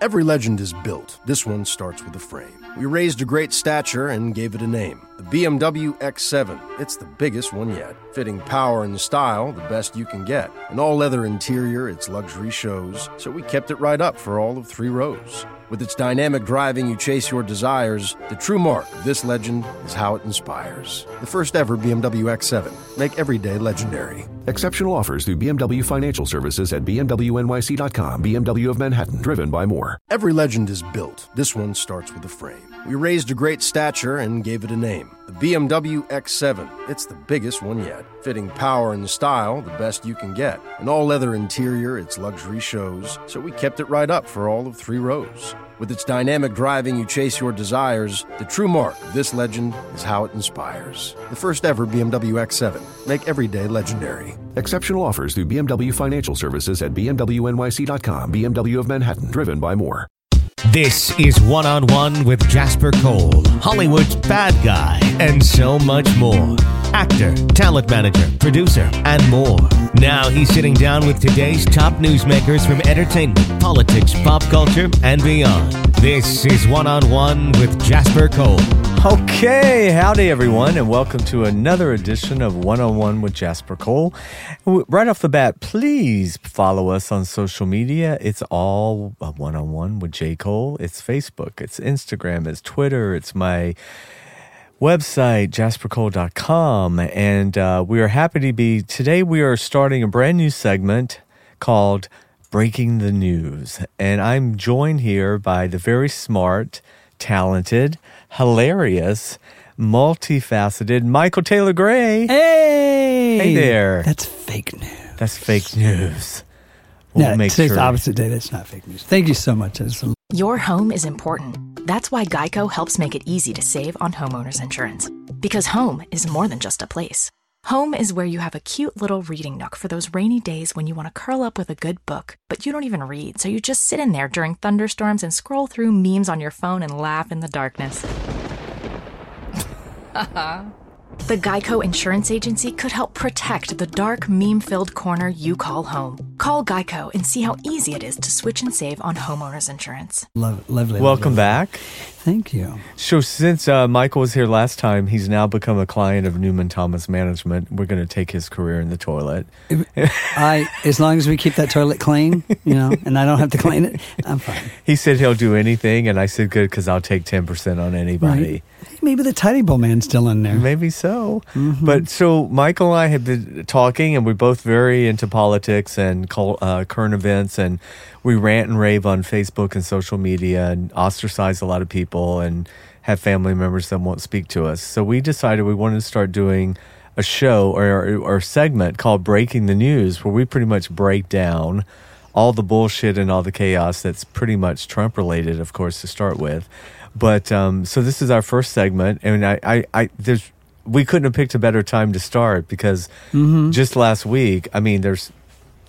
Every legend is built. This one starts with a frame. We raised a great stature and gave it a name the BMW X7. It's the biggest one yet, fitting power and style the best you can get. An all leather interior, its luxury shows, so we kept it right up for all of three rows. With its dynamic driving, you chase your desires. The true mark of this legend is how it inspires. The first ever BMW X7. Make every day legendary. Exceptional offers through BMW Financial Services at BMWNYC.com. BMW of Manhattan, driven by more. Every legend is built. This one starts with a frame. We raised a great stature and gave it a name the BMW X7. It's the biggest one yet, fitting power and style the best you can get. An all leather interior, its luxury shows, so we kept it right up for all of three rows. With its dynamic driving, you chase your desires. The true mark of this legend is how it inspires. The first ever BMW X7. Make every day legendary. Exceptional offers through BMW Financial Services at BMWNYC.com. BMW of Manhattan, driven by more. This is One on One with Jasper Cole, Hollywood's bad guy, and so much more. Actor, talent manager, producer, and more. Now he's sitting down with today's top newsmakers from entertainment, politics, pop culture, and beyond. This is One on One with Jasper Cole. Okay, howdy everyone, and welcome to another edition of One on One with Jasper Cole. W- Right off the bat, please follow us on social media. It's all One on One with J Cole. It's Facebook, it's Instagram, it's Twitter, it's my website jaspercole.com, and uh, we are happy to be today. We are starting a brand new segment called Breaking the News, and I'm joined here by the very smart, talented, hilarious, multifaceted Michael Taylor Gray. Hey! Hey there. That's fake news. That's fake news. We'll No, make today's sure. the opposite day. That's not fake news. Thank you so much. That's a- Your home is important. That's why Geico helps make it easy to save on homeowners insurance. Because home is more than just a place. Home is where you have a cute little reading nook for those rainy days when you want to curl up with a good book, but you don't even read, so you just sit in there during thunderstorms and scroll through memes on your phone and laugh in the darkness. The Geico Insurance Agency could help protect the dark, meme filled corner you call home. Call Geico and see how easy it is to switch and save on homeowners insurance. lov- lovely. Welcome lovely. back. Thank you. So, since uh, Michael was here last time, he's now become a client of Newman Thomas Management. We're going to take his career in the toilet. I, as long as we keep that toilet clean, you know, and I don't have to clean it, I'm fine. He said he'll do anything, and I said, good, because I'll take 10% on anybody. Hey, Maybe the tidy bowl man's still in there. Maybe so. But so Michael and I have been talking, and we're both very into politics and cul- uh, current events, and we rant and rave on Facebook and social media and ostracize a lot of people and have family members that won't speak to us. So we decided we wanted to start doing a show or, or segment called Breaking the News, where we pretty much break down all the bullshit and all the chaos that's pretty much Trump related, of course, to start with. But um, so this is our first segment, and I, I, I there's we couldn't have picked a better time to start because Mm-hmm. just last week, I mean, there's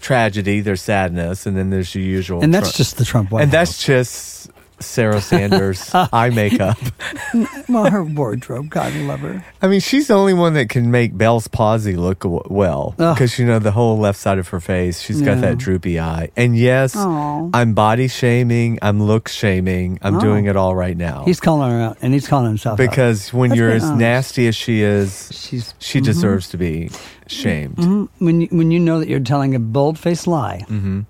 tragedy, there's sadness, and then there's your usual, And that's Trump- just the Trump White and that's just Sarah Sanders eye makeup. House. well, her wardrobe. God love her. I mean, she's the only one that can make Bell's palsy look w- well Ugh. because you know the whole left side of her face. She's got Yeah. that droopy eye. And yes, Aw. I'm body shaming. I'm look shaming. I'm Oh. doing it all right now He's calling her out, and he's calling himself out. Oh. because when Let's you're be as honest. nasty as she is, she's she deserves to be shamed. when you, when you know that you're telling a bold faced lie, Mm-hmm.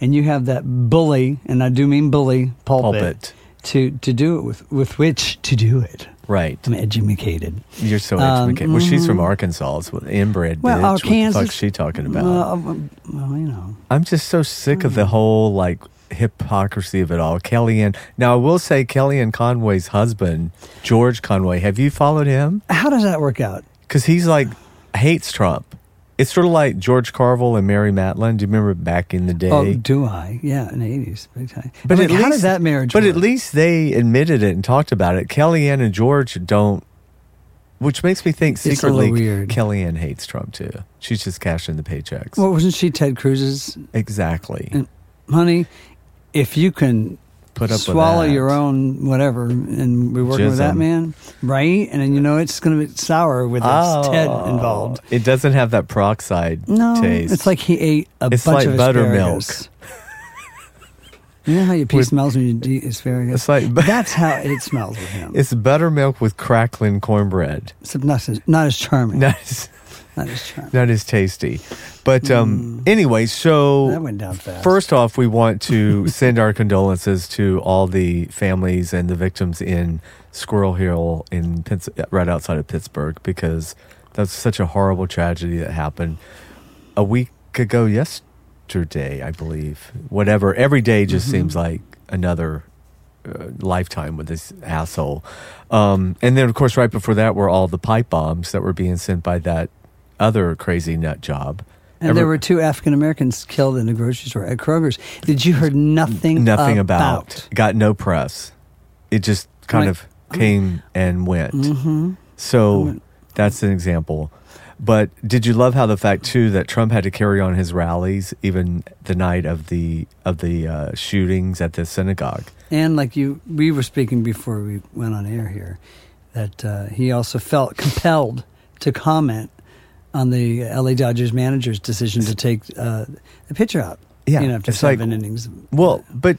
and you have that bully, and I do mean bully pulpit, Pulpit. to to do it with with which to do it. Right. I'm educated. You're so Um, educated. Well, she's from Arkansas. It's with inbred Well, bitch. our what Kansas. the fuck's she talking about? Well, well, you know, I'm just so sick of Hmm. the whole like hypocrisy of it all. Kellyanne. Now, I will say Kellyanne Conway's husband, George Conway. Have you followed him? how does that work out? Because he's like hates Trump. It's sort of like George Carville and Mary Matlin. Do you remember back in the day? Oh, do I? Yeah, in the eighties, big time. But like, how did that marriage? But at work? least they admitted it and talked about it. Kellyanne and George don't. Which makes me think a little secretly weird. Kellyanne hates Trump too. She's just cashing the paychecks. well, wasn't she Ted Cruz's exactly. honey? If you can Put up with swallow that. your own whatever, and we're working with that Jism. man, right? And then you know it's going to be sour with this Ted Oh, involved. It doesn't have that peroxide No, taste. it's like he ate a It's bunch like of buttermilk. asparagus. You know how your pee smells when you de- it's very good. It's like- that's how it smells with him. It's buttermilk with crackling cornbread. Except not as, not as charming. That is Not as charming. that is tasty. But um, anyway, so Hmm. That went down fast. First off, we want to send our condolences to all the families and the victims in Squirrel Hill in Pitts- right outside of Pittsburgh because that's such a horrible tragedy that happened a week ago yesterday, I believe. Whatever. Every day just seems like another uh, lifetime with this asshole. Um, and then, of course, right before that were all the pipe bombs that were being sent by that other crazy nut job. And Every- there were two African Americans killed in a grocery store at Kroger's that you heard nothing nothing about. Got no press. It just kind Right. of came and went. Mm-hmm. So that's an example. But did you love how the fact too that Trump had to carry on his rallies even the night of the of the uh, shootings at the synagogue? And like you, we were speaking before we went on air here that uh, he also felt compelled to comment on the LA Dodgers manager's decision to take uh, the pitcher out. Yeah, you know, after it's like- seven innings. Well, but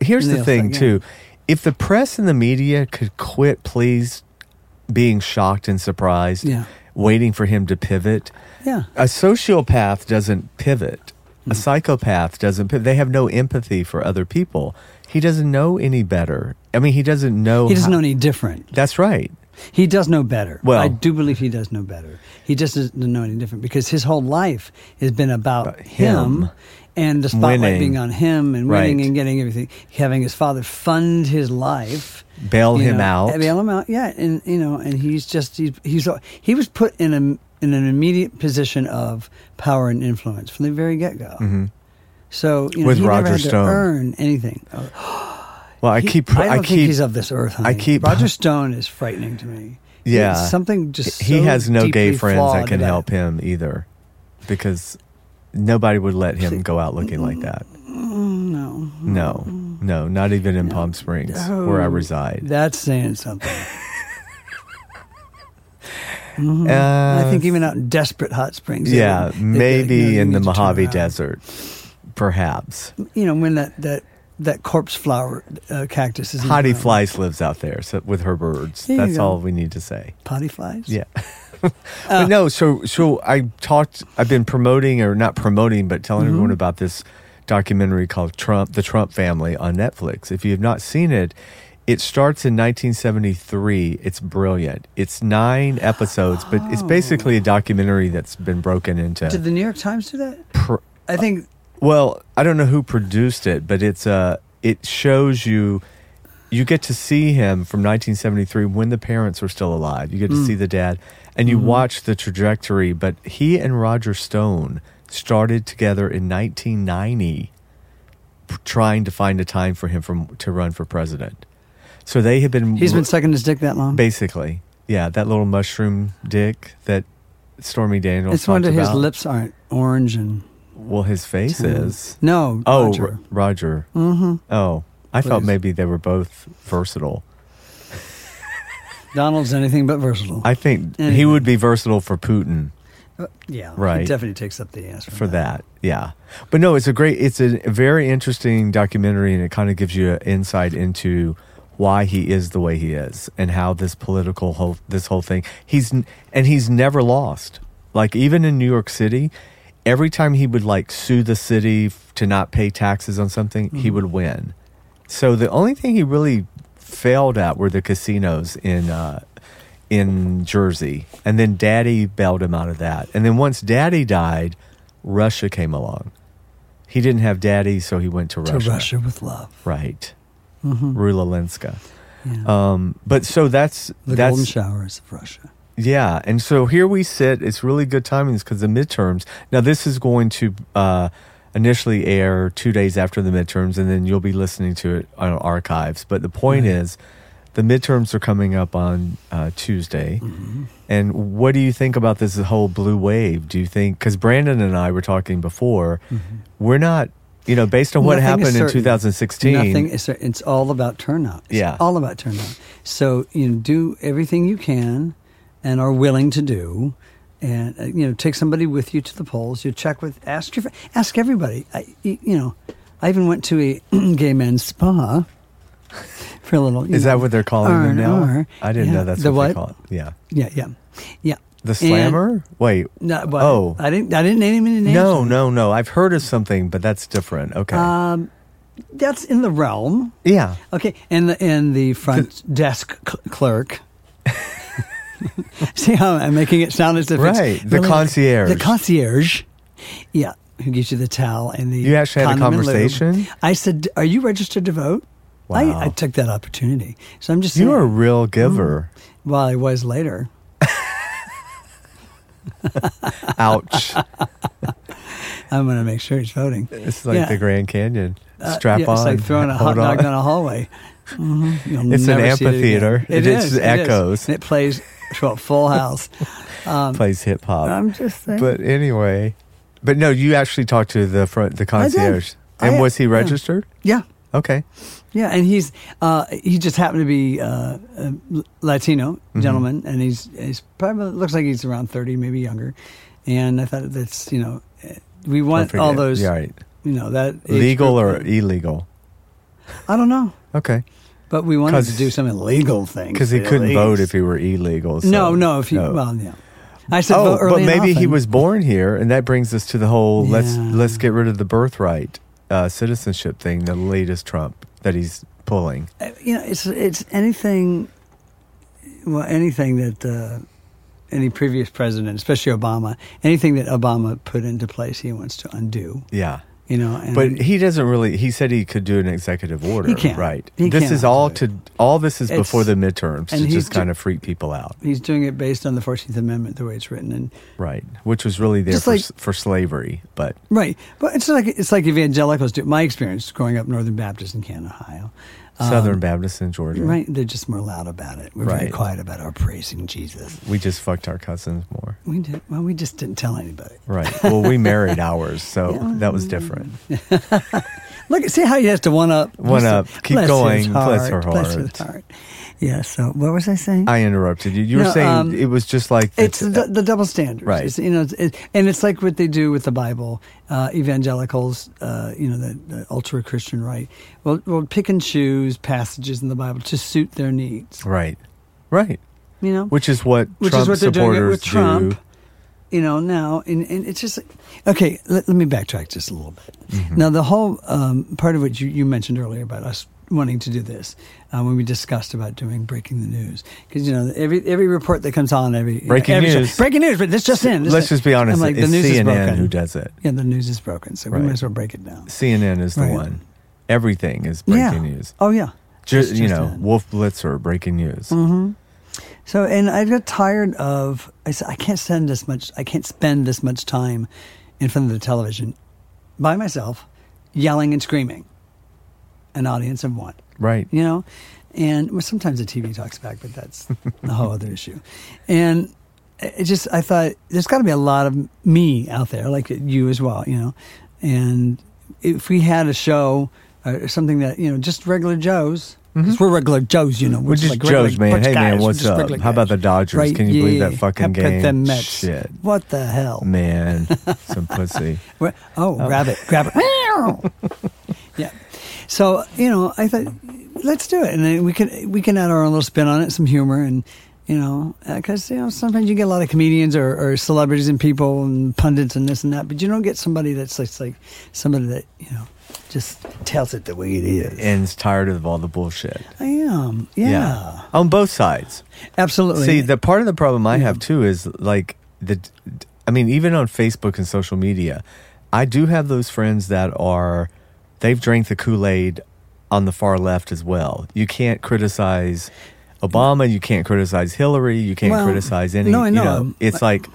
here's the Nail thing thing, yeah. too. If the press and the media could quit please being shocked and surprised, Yeah. waiting for him to pivot, Yeah, A sociopath doesn't pivot. Hmm. A psychopath doesn't pivot. They have no empathy for other people. He doesn't know any better. I mean, he doesn't know. he doesn't how- know any different. That's right. He does know better. Well- I do believe he does know better. He just doesn't know any different because his whole life has been about, About him, him. and the spotlight Winning. being on him and winning Right. and getting everything. Having his father fund his life, Bail you him know, out. bail him out. Yeah, and you know, and he's just he's, he's he was put in a in an immediate position of power and influence from the very get go. So you know, Mm-hmm. With he Roger never had Stone. to earn anything. Oh, Well, I he- keep. I don't I think keep. he's of this earth. Honey. keep- Roger Stone is frightening to me. He- Yeah. something just. he so has no gay deeply friends that flawed can about- help him either, because nobody would let him go out looking like that. Mm, No, No, no, not even in Palm Springs where I reside. Oh, that's saying something. Uh, Mm-hmm. I think even out in desperate hot springs. they yeah, wouldn't- they'd be like, maybe "No, you in need the to turn Mm-hmm. Mojave around." Desert, perhaps. You know when that that that corpse flower uh, cactus is. in Potty bloom. Flies lives out there so, with her birds. There you That's go. all we need to say. Potty flies. Yeah. but no, so so I talked. I've been promoting or not promoting, but Mm-hmm. telling everyone about this documentary called Trump, the Trump Family on Netflix. If you have not seen it. It starts in 1973. It's brilliant. It's nine episodes, but it's basically a documentary that's been broken into. Did the New York Times do that? pr- I think. well, I don't know who produced it, but it's uh, it shows you you get to see him from 1973 when the parents were still alive. You get to Mm. see the dad and Mm-hmm. you watch the trajectory, but he and Roger Stone started together in 1990 p- trying to find a time for him from to run for president. So they had been He's been sucking his dick that long. basically. Yeah, that little mushroom dick that Stormy Daniels it's wonder talked his about. lips aren't orange and Well, his face is. no. Oh, Roger. Roger. Roger. Mm-hmm. Oh, I thought maybe they were both versatile. Donald's anything but versatile. I think he Anyway. would be versatile for Putin yeah, He Right. definitely takes up the ass for, for that. Yeah. But no, it's a great, it's a very interesting documentary and it kind of gives you an insight into why he is the way he is and how this political whole, this whole thing, he's, n- and he's never lost. Like even in New York City, every time he would like sue the city f- to not pay taxes on something, he would win. So the only thing he really failed at were the casinos in uh, in Jersey, and then Daddy bailed him out of that. And then once Daddy died, Russia came along. He didn't have Daddy, so he went to To Russia. Russia. with love. right? Rulalinska. Yeah. Um, but so that's The that's golden showers of Russia. yeah, and so here we sit. It's really good timings because the midterms. Now this is going to uh, initially air two days after the midterms, and then you'll be listening to it on archives. But the point Mm-hmm. is, the midterms are coming up on uh, Tuesday. Mm-hmm. And what do you think about this whole blue wave? Do you think because Brandon and I were talking before, we're not, you know, based on what Mm-hmm. Nothing is happened in certain. 2016. Nothing is certain. It's all about turnout. It's Yeah. all about turnout. So you know, do everything you can, and are willing to do, and uh, you know, take somebody with you to the polls. You check with, ask your, fr- ask everybody. I, you know, I even went to a gay men's spa for a little. you Is know, that what they're calling them now? R&R. I didn't Yeah. know that's the what, what they call it. Yeah. Yeah, yeah, yeah. The slammer? Wait. No, but Oh. I didn't. I didn't name any names. No, no, no. I've heard of something, but that's different. Okay. Um, that's in the realm. yeah. Okay, and the and the front desk cl- clerk. See how I'm making it sound as if it's Right, the really- concierge. the concierge, yeah, who gives you the towel and the You actually had a condom and lube. conversation? I said, "Are you registered to vote?" Wow. I, I took that opportunity, so I'm just saying, You are a Mm. real giver. well, I was later. Ouch. I'm going to make sure he's voting. It's like Yeah. the Grand Canyon. Uh, Strap yeah, on. It's like throwing a hot hold dog on. down a hallway. Mhm. You'll It's an never see it again. amphitheater. It just is, is. echoes. And it plays to a full house. plays hip hop. I'm just saying. But anyway, but no, you actually talked to the front, the did. concierge, and I- was he yeah. registered? yeah. Okay, Yeah, and he's uh, he just happened to be uh, a L- Latino Mm-hmm. gentleman, and he's he's probably looks like he's around thirty, maybe younger. And I thought that's you know eh, we want Perfect. all those Yeah, right. you know that age Legal or group. illegal? I don't know, Okay, but we wanted 'Cause- to do some illegal thing because he couldn't vote if he were illegal. so- no no if he well yeah I said oh, vote early but and maybe he often. was born here, and that brings us to the whole let's Yeah. let's get rid of the birthright uh, citizenship thing. The latest Trump that he's pulling. Uh, you know, it's it's anything, well, anything that uh, any previous president, especially Obama, anything that Obama put into place, he wants to undo. Yeah. You know, and But he doesn't really. He said he could do an executive order, can't. right? He this cannot is all do to all. This is It's- before the midterms and to he's just ju- kind of freak people out, he's doing it based on the Fourteenth Amendment, the way it's written, and right? Which was really there Just for, like- s for slavery, but right. But it's like it's like evangelicals do. My experience growing up Northern Baptist in Canton, Ohio. Southern Baptists in Georgia, Um, Right, they're just more loud about it. We're very Right. quiet about our praising Jesus. We just fucked our cousins more, We did well. We just didn't tell anybody. right? Well, we married ours, so that was different. Look, at see how he has to one up. One Bless up. him. Keep Bless going. His heart. Bless her Bless his heart. heart. Yeah. So, what was I saying? I interrupted you. You were No, saying um, it was just like the- it's the, the double standards, Right. It's, you know, it's- it, and it's like what they do with the Bible. Uh, evangelicals, uh, you know, the, the ultra Christian right, will will pick and choose passages in the Bible to suit their needs. right, right, You know, which is what which Trump is what they're supporters doing with Trump. do. You know now, and, and it's just okay. Let, let me backtrack just a little bit. Mm-hmm. Now the whole um, part of what you, you mentioned earlier about us wanting to do this uh, when we discussed about doing breaking the news because you know every every report that comes on every Breaking every show- news. breaking news but this just in this Let's in. just be honest. I'm like, it's the news is CNN broken who does it. yeah the news is broken so Right. we might as well break it down CNN is the Right. one. Everything is breaking yeah news. oh yeah Just, It's you just Mm-hmm. know, in. Wolf Blitzer breaking news. So, and I got tired of. I said, I can't spend this much. I can't spend this much time in front of the television by myself, yelling and screaming. An audience of one, Right. you know, and well, sometimes the TV talks back, but that's a whole other issue. And it just, I thought there's got to be a lot of me out there, like you as well, you know. And if we had a show uh, or something that you know, just regular Joes. 'cause We're regular Joes, you know. Mm-hmm. We're just regular Joes, man. bunch Hey, man, guys. We're what's just up? regular How about the Dodgers? Can you believe that fucking How about game? The Mets. Shit. What the hell? Man, some pussy. Where- oh, rabbit, rabbit. Meow. yeah. So you know, I thought let's do it, and then we can we can add our own little spin on it, some humor, and you know, because you know sometimes you get a lot of comedians or, or celebrities and people and pundits and this and that, but you don't get somebody that's like, like somebody that you know just tells it the way it is. And is tired of all the bullshit. I am. Yeah. On both sides. Absolutely. See, the part of the problem I have too is like the, I mean, even on Facebook and social media, I do have those friends that are, they've drank the Kool Aid on the far left as well. You can't criticize Obama. You can't criticize Hillary. You can't Well, criticize any. no, I you know. it's like,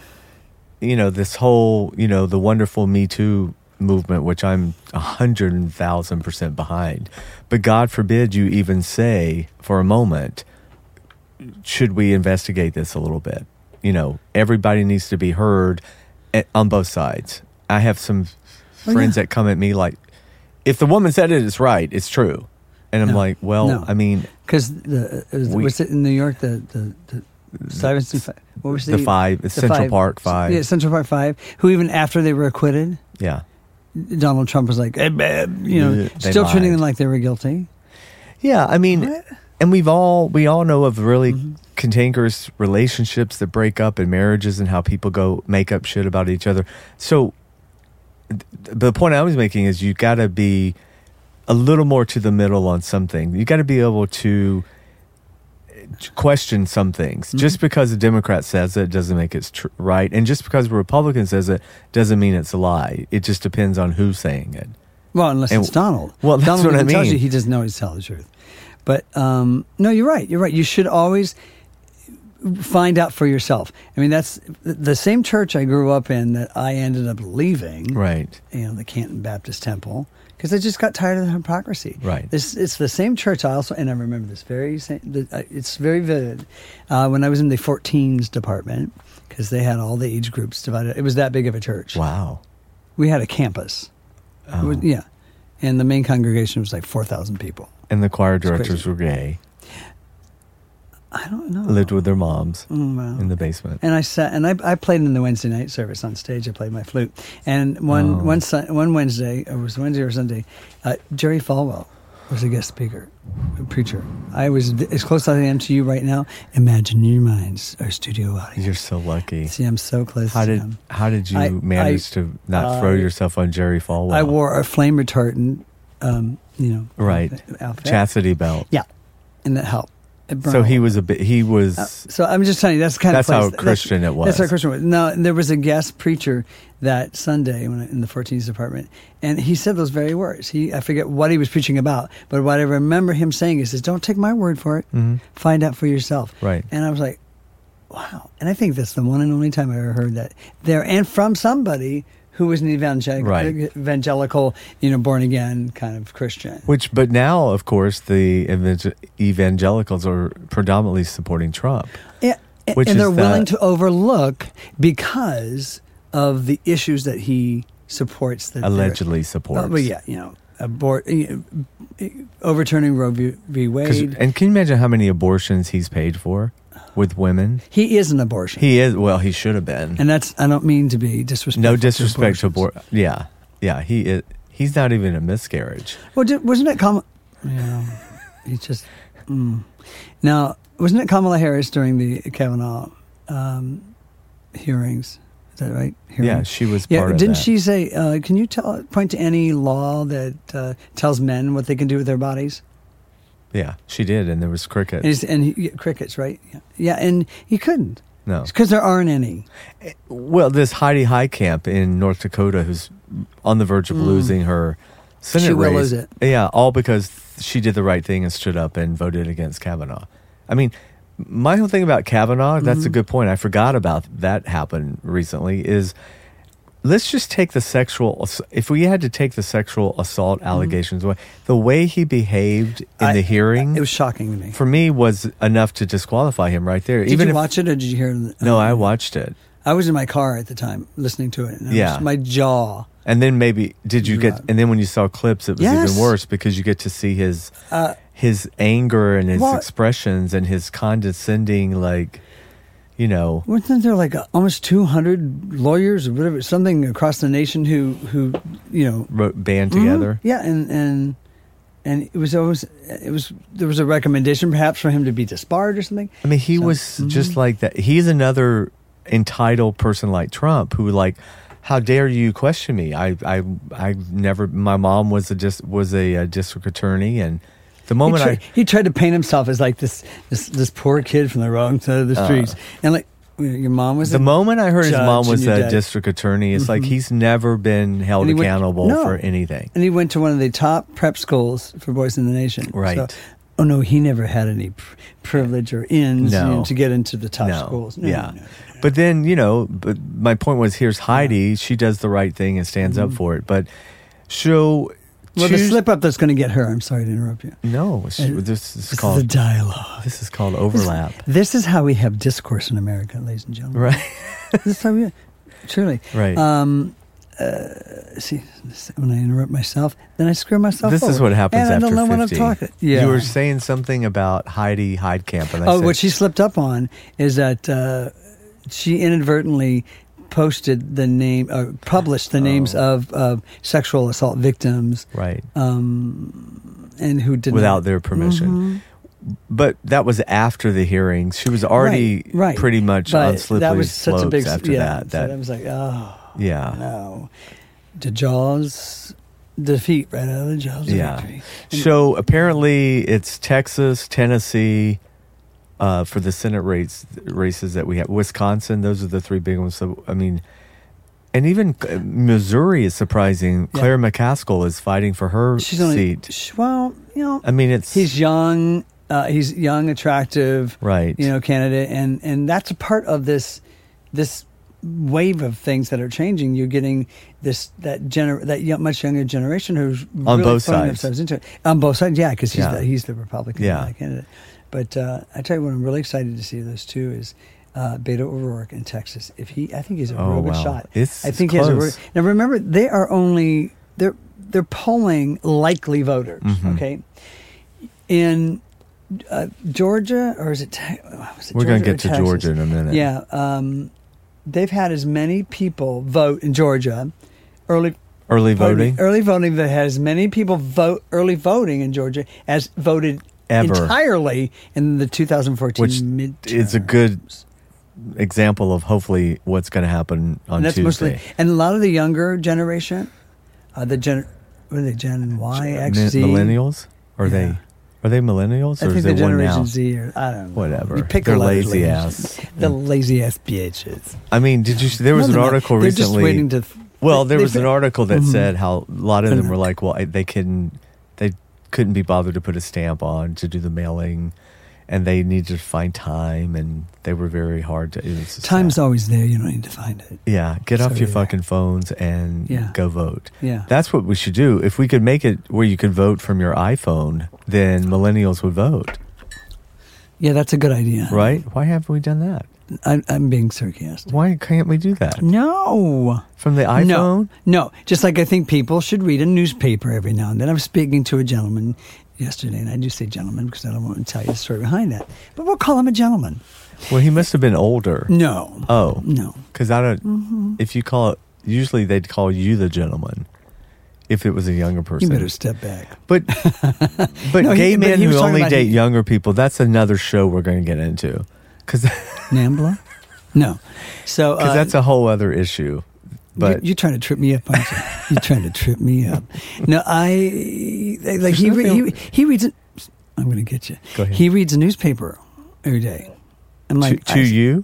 you know, this whole, you know, the wonderful Me Too movement, which I'm a hundred thousand percent behind. But God forbid you even say for a moment, should we investigate this a little bit? You know, everybody needs to be heard a- on both sides. I have some Oh, friends that come at me like, if the woman said it, it's right, it's true. And I'm No. like, well, No. I mean, Because the uh, was, We- was it in New York the the, the Stuyvesant Fi- what was the five- Central Park Five. yeah Central Park Five who even after they were acquitted yeah, Donald Trump was like, eh, bah, you know, Yeah, they still treating lied. them like they were guilty. Yeah, I mean, and we've all we all know of really cantankerous relationships that break up and marriages and how people go make up shit about each other. So th- the point I was making is you got to be a little more to the middle on something. You got to be able to to question some things. Just because a Democrat says it doesn't make it tr- right, and just because a Republican says it doesn't mean it's a lie. It just depends on who's saying it. Well, unless And- it's Donald. well, that's Donald what I even tells mean. you he doesn't always tell the truth. But um, no, you're right. You're right. You should always find out for yourself. I mean, that's the same church I grew up in that I ended up leaving. Right. You know, the Canton Baptist Temple. Because I just got tired of the hypocrisy. Right. This it's the same church. I also and I remember this very same. The, uh, it's very vivid. Uh, when I was in the 14s department, because they had all the age groups divided. It was that big of a church Wow. Oh. we had a campus. It was- yeah. And the main congregation was like 4,000 people. And the choir crazy. directors were gay. I don't know. Mm, lived with their moms wow. in the basement. And I sat and I, I played in the Wednesday night service on stage. I played my flute. And one Oh. one Sun- one Wednesday, or it was Wednesday or Sunday, uh, Jerry Falwell was a guest speaker, a preacher. I was th- as close as I am to you right now. Imagine in your minds, our studio audience. You're so lucky. See, I'm so close. How to did him. how did you I- manage I- to not throw I- yourself on Jerry Falwell? I wore a flame retardant, um, you know, right outfit. chastity belt. Yeah, and that helped. It burned So a he hole. was a bit. He was Uh, So I'm just telling you, that's the kind That's of place. how Christian it was. That's how Christian it was. No, and there was a guest preacher that Sunday when I, in the 14th department, and he said those very words. He I forget what he was preaching about, but what I remember him saying is, "Is don't take my word for it. Find out for yourself." Mm-hmm. Right. And I was like, "Wow!" And I think that's the one and only time I ever heard that there and from somebody who was an evangelical, Right. evangelical, you know, born again kind of Christian. which, but now of course the evangel- evangelicals are predominantly supporting Trump. Yeah, a- Which and is they're willing that- to overlook because of the issues that he supports. That they're- Allegedly Oh, supports. but yeah, you know, abort, you know, overturning Roe v. v. 'Cause- Wade. and can you imagine how many abortions he's paid for with women? He is an abortion, He is. Well, he should have been. and that's I don't mean to be disrespectful. no disrespect to abortions. abortion. Yeah, yeah. He is. He's not even a miscarriage. Well, di- wasn't it Kamala? Yeah, he just. Mm. Now, wasn't it Kamala Harris during the Kavanaugh um, hearings? Is that right? Yeah, Hearings? she was Yeah, part of didn't that. she say? Uh, can you tell point to any law that uh, tells men what they can do with their bodies? Yeah, she did, and there was cricket. And, he's, and he, yeah, crickets, right? Yeah. yeah, and he couldn't no, because there aren't any. well, this Heidi Heitkamp in North Dakota, who's on the verge of losing her Senate Hmm. She will race, lose it. yeah, all because she did the right thing and stood up and voted against Kavanaugh. I mean, my whole thing about Kavanaugh, that's a Mm-hmm. good point. I forgot about that happened recently. Is let's just take the sexual. ass- If we had to take the sexual assault allegations away, the way he behaved in Mm-hmm. I- the hearing It was shocking to me. for me was enough to disqualify him right there. Did even you if, watch it or did you hear? No, I watched it. I was in my car at the time listening to it. And it was- Yeah. my jaw. And then maybe did you get? And then when you saw clips, it was Yes. Uh, even worse because you get to see his his anger and his Well- expressions and his condescending, like you know, Wasn't there like uh, almost 200 lawyers or whatever, something across the nation who, who you know, wrote band Mm-hmm. Mm-hmm. together. yeah, and and and it was always it was there was a recommendation perhaps for him to be disbarred or something. I mean, he was just mm-hmm. like that. He's another entitled person like Trump who like. How dare you question me? I, I, I never. My mom was a dis, was a, uh district attorney, and the He, moment tri- Oh, I he tried to paint himself as like this this this poor kid from the wrong side of the streets, and like you know, your mom was Uh. The a- moment I heard his judge mom was and your a dad- Mm-hmm. district attorney, it's like he's never been held And he went- accountable No. for anything. and he went to one of the top prep schools for boys in the nation, Right. So, oh no, he never had any pr- privilege or ins you know, No. to get into the top No. schools. yeah. no, no. But then, you know, but my point was here's Heidi. She does the right thing and stands up for it. But she'll. Mm-hmm. Well, the choose- slip up that's going to get her. I'm sorry to interrupt you. No, she, Uh, this is This called. is a dialogue. this is called overlap. This is how we have discourse in America, ladies and gentlemen. right. this time, yeah, truly. Right. Um, uh, see, when I interrupt myself, then I screw myself. this is over. what happens and after I don't know 50. what I'm talking. Yeah. You were saying something about Heidi Heidkamp. And I oh, said, what she slipped up on is that uh, she inadvertently posted the name, uh, published the names Oh. of uh, sexual assault victims um, right and who did without their Mm-hmm. permission. But that was after the hearings. She was already right, right. pretty much But on slippery that was such slopes a big, after yeah, that. That so I was like, oh yeah. no, the jaws defeat right out of the jaws of Yeah. victory. So apparently, it's Texas, Tennessee, uh, for the Senate race races that we have. Wisconsin, those are the three big ones. So I mean, and even uh, Missouri is surprising. Yeah. Claire McCaskill is fighting for her She's only seat. sh well, you know, I mean, it's he's young, uh, he's young, attractive, right. you know, candidate, and and that's a part of this this wave of things that are changing. You're getting this that gener that young, much younger generation who's On really both throwing sides. themselves into it. on both sides. Yeah, because he's Yeah. the, he's the Republican Yeah. uh, candidate. But uh, I tell you what, I'm really excited to see those two is. Uh, Beto O'Rourke in Texas. If he, I think he's a Oh, real good wow. shot. It's- I it's think he has a. close. real- Now remember, they are only they're they're polling likely voters. Mm-hmm. Okay, in uh, Georgia or is it? Te- was it We're gonna Georgia or get to Texas? Georgia in a minute. Yeah, um, they've had as many people vote in Georgia early Early pardon me, voting. Early voting that had as many people vote early voting in Georgia as voted Ever. entirely in the 2014 Which midterm. is a good example of hopefully what's going to happen on and that's Tuesday. mostly and a lot of the younger generation, uh, the gen what are they Gen Y X Mi- Z millennials are they? Yeah. Are they millennials I or think is the there one Generation now? Z or I don't know. Whatever. You pick a They're letter, lazy ladies. ass. The lazy ass bitches. I mean, did you? There was an No, they're not. article They're recently. Just waiting to well, there they- Mm-hmm. was an article that said how a lot of They're them were not. like, well, I, they couldn't, they couldn't be bothered to put a stamp on to do the mailing, and they needed to find time, and they were very hard to. It was just Time's sad. always there. You don't need to find it. Yeah, get off So your yeah. fucking phones and Yeah. go vote. Yeah. That's what we should do. If we could make it where you could vote from your iPhone, then millennials would vote, Yeah, that's a good idea. right? Why haven't we done that? I'm, I'm being sarcastic. Why can't we do that No. from the iPhone? No. No. Just like I think people should read a newspaper every now and then. I was speaking to a gentleman yesterday, and I do say gentleman because I don't want to tell you the story behind that. But we'll call him a gentleman. Well, he must have been older. No. Oh. No. Mm-hmm. Because I don't. If you call it, usually they'd call you the gentleman. If it was a younger You person, better step back. but but No, he- gay but men he was who talking only about date he- younger people. That's another show we're going to get into. Because Nambla? No. So uh, that's a whole other issue. But you, you're trying to trip me up, aren't you? you're trying to trip me up. No, I like he, re- he he reads. it- I'm going to get you. Go ahead. He reads a newspaper every day. I'm like to, to I- you,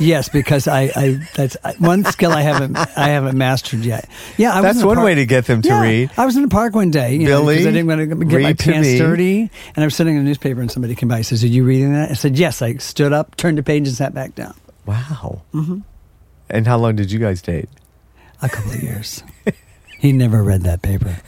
Yes, because I, I that's I- one skill I haven't I haven't mastered yet. Yeah, I was that's in a one park- way to get them to yeah, read. I was in the park one day, you know, 'cause Billy, I didn't want to get my read to pants me. dirty, and I was sitting in a newspaper, and somebody came by and says, "Are you reading that?" I said, "Yes." I stood up, turned the page, and sat back down. Wow. Mm-hmm. And how long did you guys date? a couple of years. he never read that paper.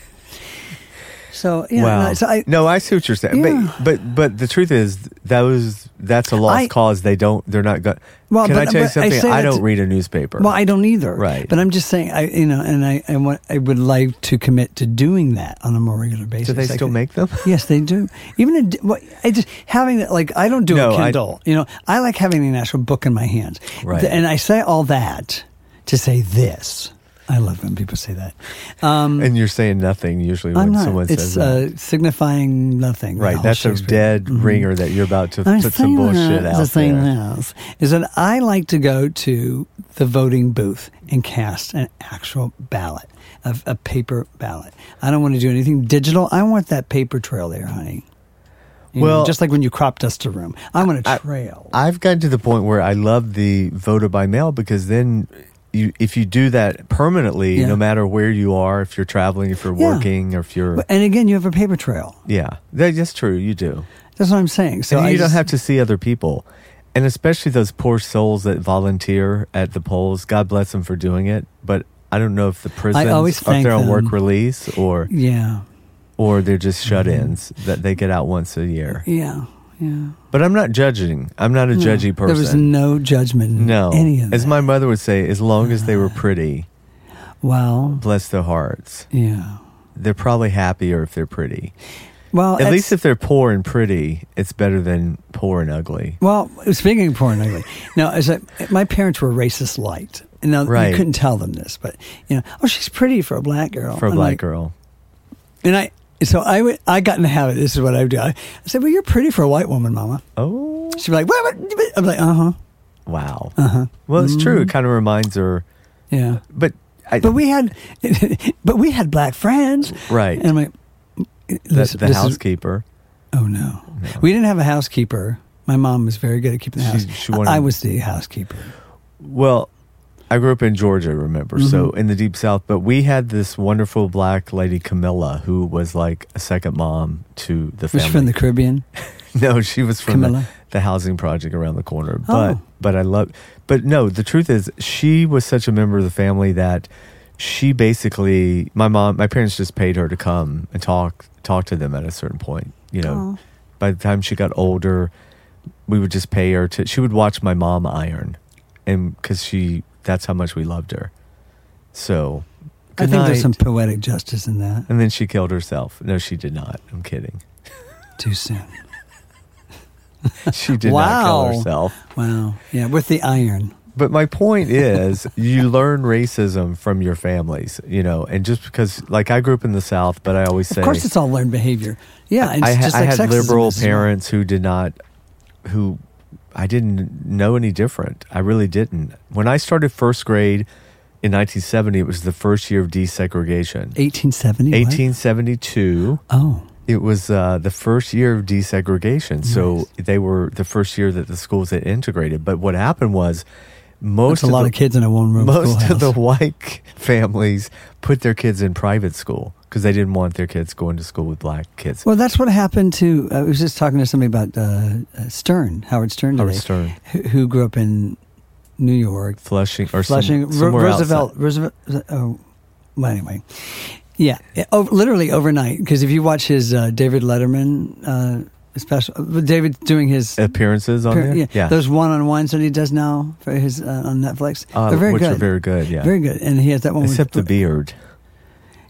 So yeah, wow. no, so I, no, I see what you're saying. Yeah. But but but the truth is, that was that's a lost I- cause. They don't. They're not going. Well, Can but- I tell you but I something? say I, that don't to- read a newspaper. well, I don't either. Right. But I'm just saying, I you know, and I I, want, I would like to commit to doing that on a more regular basis. do they I still could- make them? Yes, they do. Even a, what- I just having that, like I don't do No, a I- Kindle. you know, I like having an actual book in my hands. Right. And I say all that to say this. I love when people say that. And you're saying nothing usually when Mm. I'm not. someone it's says that. uh, signifying nothing. the right, whole that's a Shakespeare. dead ringer that you're about to Mm-hmm. I'm put some saying bullshit that out the thing there. is, is that I like to go to the voting booth and cast an actual ballot, a, a paper ballot. I don't want to do anything digital. I want that paper trail there, honey. You know, Well- just like when you crop dust a room, I want I- a trail. I've gotten to the point where I love the voter by mail because then you, if you do that permanently, Yeah. no matter where you are, if you're traveling, if you're Yeah. working, or if you're and again, you have a paper trail. yeah, that, that's true. You do. That's what I'm saying. So and I you don't just- have to see other people. And especially those poor souls that volunteer at the polls. God bless them for doing it. But I don't know if the prisons always are if thank they're on work them. release or Yeah, or they're just Mm-hmm. shut ins that they get out once a year. yeah, yeah. But I'm not judging. I'm not a judgy person. There was no judgment. In no. any of as that. Ah. my mother would say, as long as they were pretty, well, bless their hearts. yeah. They're probably happier if they're pretty. Well, At that's- least if they're poor and pretty, it's better than poor and ugly. Well, speaking of porn, ugly. Now, as I, my parents were racist light. And now Right. you couldn't tell them this, but you know, oh, she's pretty for a black girl. for a I'm black like, girl. And I, so I, would, I got in the habit. This is what I would do. I, I said, "Well, you're pretty for a white woman, Mama." Oh, She'd be like, "What?" what- what?" I'm like, "Uh huh." wow. Uh-huh. Well, it's true. It kind of reminds her, Yeah. but I, Mm. But we had, but we had black friends, Right. And I'm like, the, this- the this is- housekeeper. oh no. we didn't have a housekeeper. My mom was very good at keeping the house. She- she wanted- I was the housekeeper. Well, I grew up in Georgia, remember? Mm-hmm. So in the deep south, but we had this wonderful black lady Camilla who was like a second mom to the Was family. she from the Caribbean? no, she was from the, Camilla? the housing project around the corner. But Oh. but I love but no, the truth is she was such a member of the family that she basically my mom my parents just paid her to come and talk talk to them at a certain point, you know. Oh. By the time she got older, we would just pay her to she would watch my mom iron and cuz she that's how much we loved her. So I good think there's some night. poetic justice in that. and then she killed herself. No, she did not. I'm kidding. Too soon. She did not Wow. kill herself. Wow. Yeah, with the iron. But my point is, you learn racism from your families, you know, and just because, like, I grew up in the South, but I always say, Of course, it's all learned behavior. Yeah, and I, it's ha- just I like had sexism liberal is as well. parents who did not, who I didn't know any different. I really didn't. When I started first grade in 1970, it was the first year of desegregation. 1870. what? 1872 Oh, it was uh, the first year of desegregation. So they were the first year that the schools had integrated. But what happened was most that's a lot the, of kids in a one room most of schoolhouse. the white families put their kids in private school because they didn't want their kids going to school with black kids. well, that's what happened to. I was just talking to somebody about uh, uh, Stern, Howard Stern, today, Howard Stern. who, who grew up in New York, Flushing or some- Flushing, Ro- somewhere Roosevelt, outside. Roosevelt. Oh, well, anyway, yeah, it- oh, literally overnight. Because if you watch his uh, David Letterman uh, special, David doing his appearances on there. Yeah. Those one on ones that he does now for his uh, on Netflix. Uh, they're very which good. are very good. Yeah, Very good. And he has that one except the with beard. Yeah,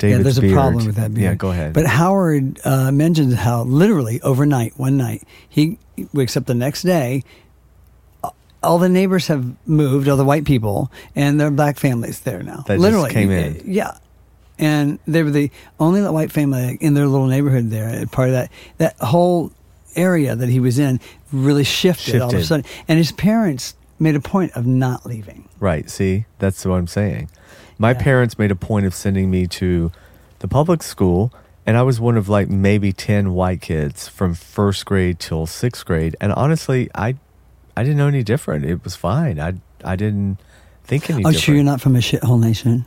David's there's a beard. problem with that beard. Yeah, go ahead. But Howard uh, mentions how literally overnight, one night, he wakes up the next day. a- All the neighbors have moved, all the white people, and their black families there now. That just literally came in. Yeah. And they were the only white family in their little neighborhood there. And part of that, that whole area that he was in really shifted all of a Shifted. sudden. And his parents made a point of not leaving. Right. See, that's what I'm saying. My parents made a point of sending me to the public school, and I was one of like maybe 10 white kids from first grade till sixth grade. And honestly, I I didn't know any different. It was fine. I, I didn't think any Oh, different. sure, you're not from a shithole nation.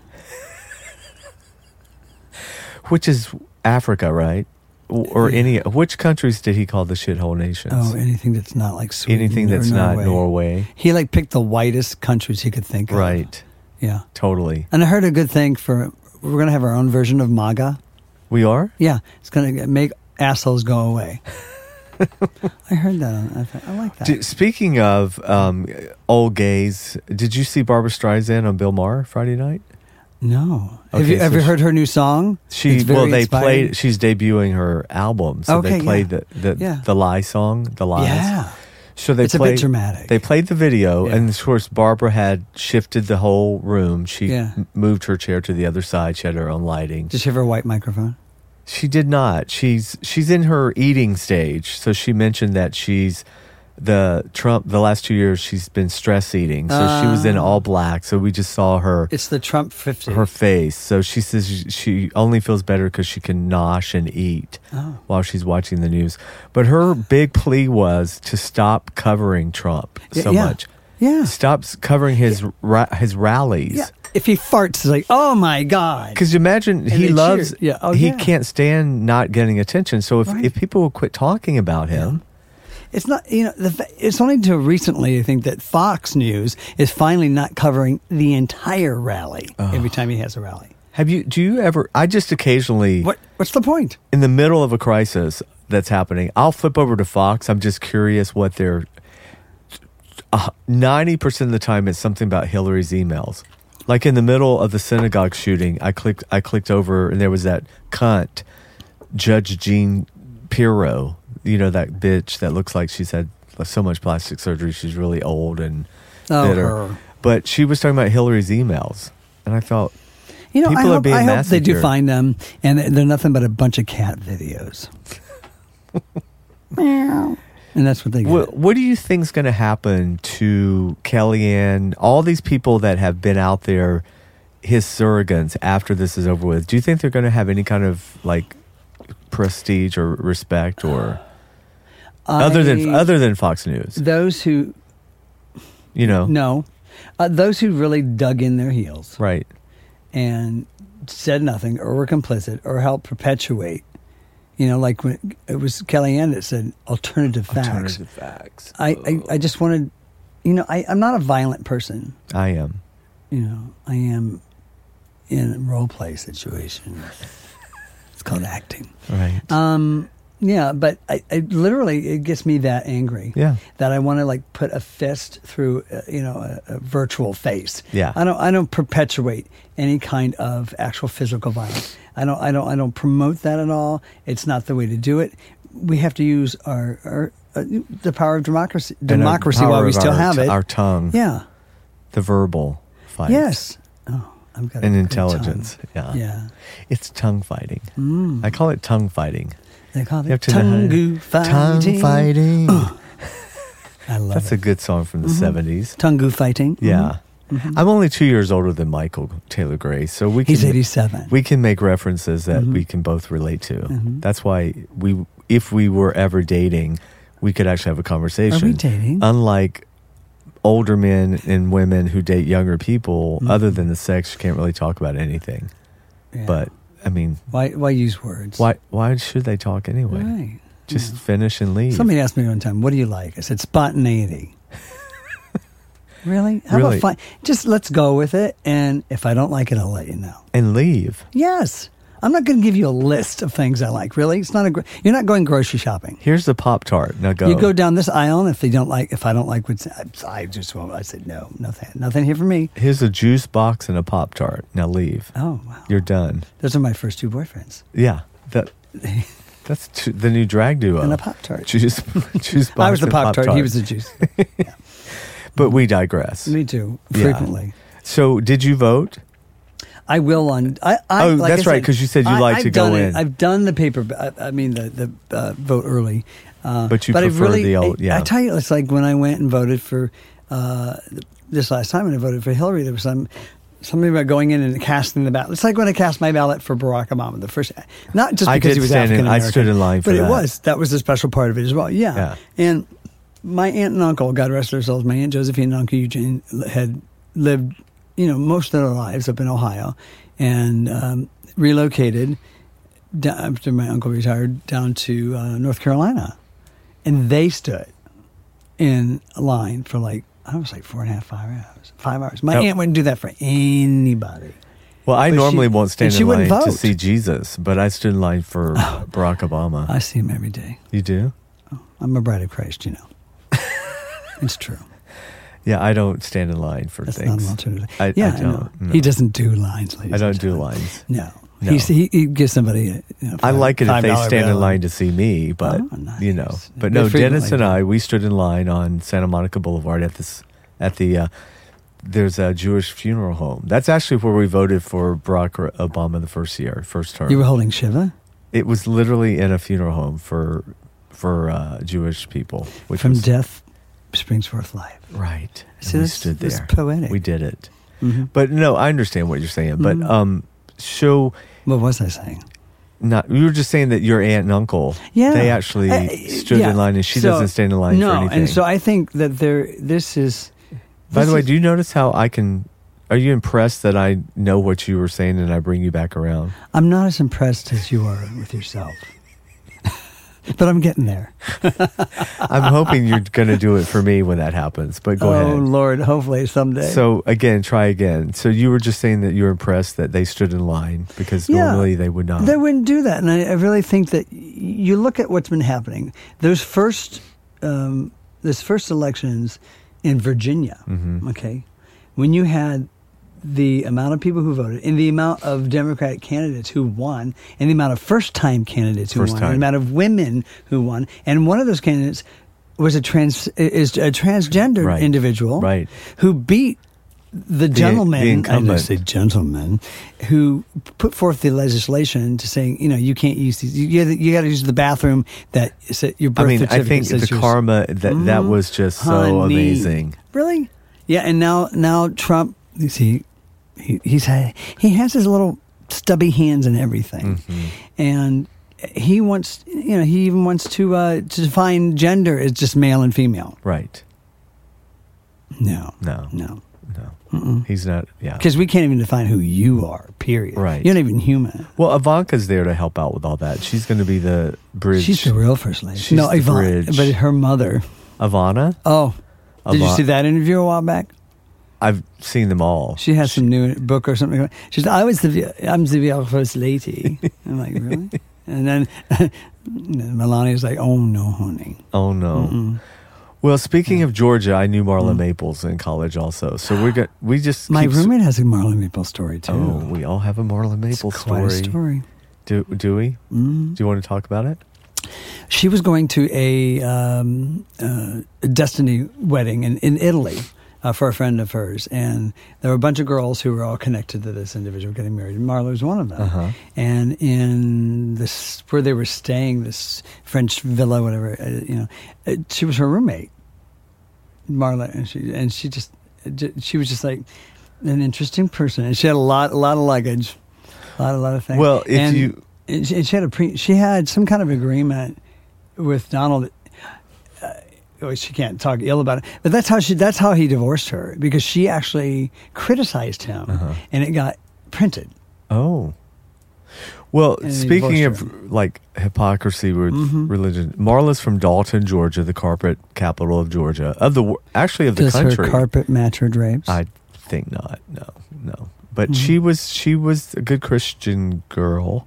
Which is Africa, right? W- Or any, which countries did he call the shithole nations? Oh, anything that's not like Sweden Anything or that's Norway. not Norway. He like picked the whitest countries he could think of. Right. Yeah. Totally. And I heard a good thing for we're gonna have our own version of MAGA. We are? Yeah, it's gonna make assholes go away. I heard that. on- I, thought, I like that. D- speaking of um, old gays, did you see Barbara Streisand on Bill Maher Friday night? no. have you Okay, so ever she- heard her new song? She It's very well, they inspiring. played. She's debuting her album, so Okay, they played yeah. the the, Yeah. the lie song, the lies. Yeah. So they It's a bit played, dramatic. They played the video, Yeah. and of course, Barbara had shifted the whole room. She Yeah. m- moved her chair to the other side. She had her own lighting. Did she have her white microphone? She did not. She's she's in her eating stage. So she mentioned that she's the Trump. The last two years, she's been stress eating. So she was Ah. in all black. So we just saw her It's the Trump fifty. her face. So she says she only feels better because she can nosh and eat Oh. while she's watching the news. But her big plea was to stop covering Trump Y- so yeah. much. Yeah. Stop s- covering his ra- his rallies. Yeah. If he farts, it's like, oh my god. Because imagine he they loves, cheer. Yeah. Oh, he yeah. can't stand not getting attention. So if, Right. if people will quit talking about him, It's not, you know, the, fa- it's only until recently, I think, that Fox News is finally not covering the entire rally every time he has a rally. have you? Do you ever? I just occasionally What, what's the point? in the middle of a crisis that's happening, I'll flip over to Fox. I'm just curious what they're. uh, Ninety percent of the time, it's something about Hillary's emails. Like in the middle of the synagogue shooting, I clicked. I clicked over, and there was that cunt, Judge Jean Pirro. You know that bitch that looks like she's had so much plastic surgery. She's really old and Oh, bitter. her. But she was talking about Hillary's emails, and I felt You know, People I are hope, being I hope they do massacred. find them, and they're nothing but a bunch of cat videos. Meow. and that's what they get. What, what do you think's going to happen to Kellyanne? All these people that have been out there, his surrogates, after this is over with. Do you think they're going to have any kind of like prestige or respect, or other than I- other than Fox News? those who You know, no, uh, those who really dug in their heels right? and said nothing, or were complicit, or helped perpetuate. You know, like when it was Kellyanne that said alternative facts. Alternative Oh. facts. I, I, I just wanted, you know, I, I'm not a violent person. I am. You know, I am in role play situations. it's called acting. Right. Um, yeah, but I, I literally it gets me that angry. Yeah. that I want to like put a fist through, uh, you know, a, a virtual face. Yeah. I don't. I don't perpetuate any kind of actual physical violence. I don't. I don't. I don't promote that at all. It's not the way to do it. We have to use our, our uh, the power of democracy. And our Democracy power while we of still our have t- it. Our tongue. yeah. The verbal fight. Yes. Oh, I've got a And good tongue. intelligence. Yeah. Yeah. Mm. It's tongue fighting. I call it tongue fighting. They call You it have to know how to- tongue fighting. Tongue Uh. fighting. I love That's it. a good song from the Mm-hmm. 70s. Tongue fighting. Yeah. Mm-hmm. Uh, I'm only two years older than Michael Taylor Gray, so we can He's Mm-hmm. 87. we can make references that we can both relate to. Mm-hmm. That's why we, if we were ever dating, we could actually have a conversation. dating? uh, Unlike older men and women who date younger people, other than the sex, you can't really talk about anything. Mm-hmm. Yeah. But I mean, why, why use words? why why should they talk anyway? Right. Just finish and leave. Somebody asked me one time, "What do you like?" I said, "Spontaneity." really? How Really? about fine? Just let's go with it, and if I don't like it, I'll let you know. and leave. Yes, I'm not going to give you a list of things I like. Really, it's not a. Gr- you're not going grocery shopping. Here's the Pop Tart. Now go. You go down this aisle, and if they don't like, if I don't like what's, I, I just won't. I said no, nothing, nothing here for me. Here's a juice box and a Pop Tart. Now leave. Oh wow, You're done. those are my first two boyfriends. Yeah. That that's t- the new drag duo. And a Pop-Tart. Juice juice box. I was the and pop tart. He was the juice. But we digress. me too, Yeah. frequently. So did you vote? I will on. I, I, Oh, like that's I right, 'cause you said you I- like I've to go done it. in. I've done the paper. uh, I, I mean the the uh, vote early. Uh, But you I prefer really, the old- I- yeah. I tell you, it's like when I went and voted for uh, th- this last time, and I voted for Hillary. There was some something about going in and casting the ballot. It's like when I cast my ballot for Barack Obama the first, not just I because did he was stand in- African I stood in line for but it that. was that was a special part of it as well. Yeah, Yeah. and my aunt and uncle, God rest their souls, my aunt Josephine and uncle Eugene had lived, you know, most of their lives up in Ohio, and um, relocated da- after my uncle retired down to uh, North Carolina, and they stood in line for like I was like four and a half, five hours, five hours. My Yep. aunt wouldn't do that for anybody. Well, I But she- normally won't stand and she in line wouldn't to vote. Oh. see Jesus, but I stood in line for Barack Obama. I see him every day. you do? I'm a bride of Christ, you know. it's true. Yeah, I don't stand in line for That's not things. an alternative. I, I yeah, know. don't. no. He doesn't do lines. Ladies I and don't do gentlemen. lines. No. No. He's, he, he gives somebody. A, you know, I like it if they $5 stand in bill. line to see me, but Oh, nice. you know, but They no, Dennis frequently and do. I we stood in line on Santa Monica Boulevard at this at the uh, there's a Jewish funeral home. That's actually where we voted for Barack or Obama the first year, first term. You were holding Shiva it was literally in a funeral home for for uh, Jewish people, which from was death springs forth life. right. And See, we that's- stood there. that's poetic. Mm-hmm. We did it. But no, I understand what you're saying. But um, so What was I saying? not you were just saying that your aunt and uncle Yeah, they actually I- stood yeah. in line and she So- doesn't stand in line no, for anything and so I think that there. This is. by this the way is- do you notice how i can are you impressed that i know what you were saying and i bring you back around I'm not as impressed as you are with yourself, but I'm getting there. i'm hoping you're going to do it for me when that happens but go oh ahead Lord, hopefully someday. so again try again so you were just saying that you're impressed that they stood in line because normally they would not They wouldn't do that. And I, I really think that y- you look at what's been happening. Those first, um, this first elections in Virginia, Mm-hmm. okay, when you had the amount of people who voted and the amount of Democratic candidates who won and the amount of first time candidates who won First-time. and the amount of women who won. And one of those candidates was a trans is a transgendered Right. individual Right. who beat the gentleman, the I know I incumbent. say gentleman, who put forth the legislation to saying, you know, you can't use these. You, you got to use the bathroom that is at your I birth mean, I certificate think says the yours. karma that that was just so Mm-hmm. Honey. amazing. Really? Yeah. And now, now Trump, you see, he, he's ha- he has his little stubby hands and everything, Mm-hmm. and he wants, you know, he even wants to uh, to define gender as just male and female. Right? No, No. no. No, he's not. Yeah. Because we can't even define who you are, period. Right. You're not even human. Well, Ivanka's there to help out with all that. She's going to be the bridge. She's the real first lady. She's no, the Yvonne, bridge. but her mother. Ivana. Oh, did you Yvonne- see that interview a while back? I've seen them all. She has some new book or something. She's I was the I'm the real first lady. I'm like really, and then Melania's like, oh no, honey. Oh no. Well, speaking of Georgia, I knew Marla Maples in college also. So we're go- we just Mm. My keep- roommate has a Marlon Maple story too. Oh, we all have a Marla It's Maples quite story. a story. Mm. Do do we? Do you want to talk about it? She was going to a um, uh, Destiny wedding in, in Italy uh, for a friend of hers. And there were a bunch of girls who were all connected to this individual getting married. And Marla was one of them. Uh-huh. And in this, where they were staying, this French villa, whatever, uh, you know, uh, she was her roommate, Marla. And she, and she just, j- she was just like an interesting person. And she had a lot, a lot of luggage, a lot, a lot of things. Well, if And- you- and she, and she had a pre, she had some kind of agreement with Donald. Uh, she can't talk ill about it, but that's how she. That's how he divorced her because she actually criticized him, Uh-huh. and it got printed. Oh. Well, And they speaking divorced of like hypocrisy with Mm-hmm. religion, Marla's from Dalton, Georgia, the carpet capital of Georgia, of the wor- actually of the Does country. her carpet match her drapes? I think not. No, no. But Hmm. she was she was a good Christian girl,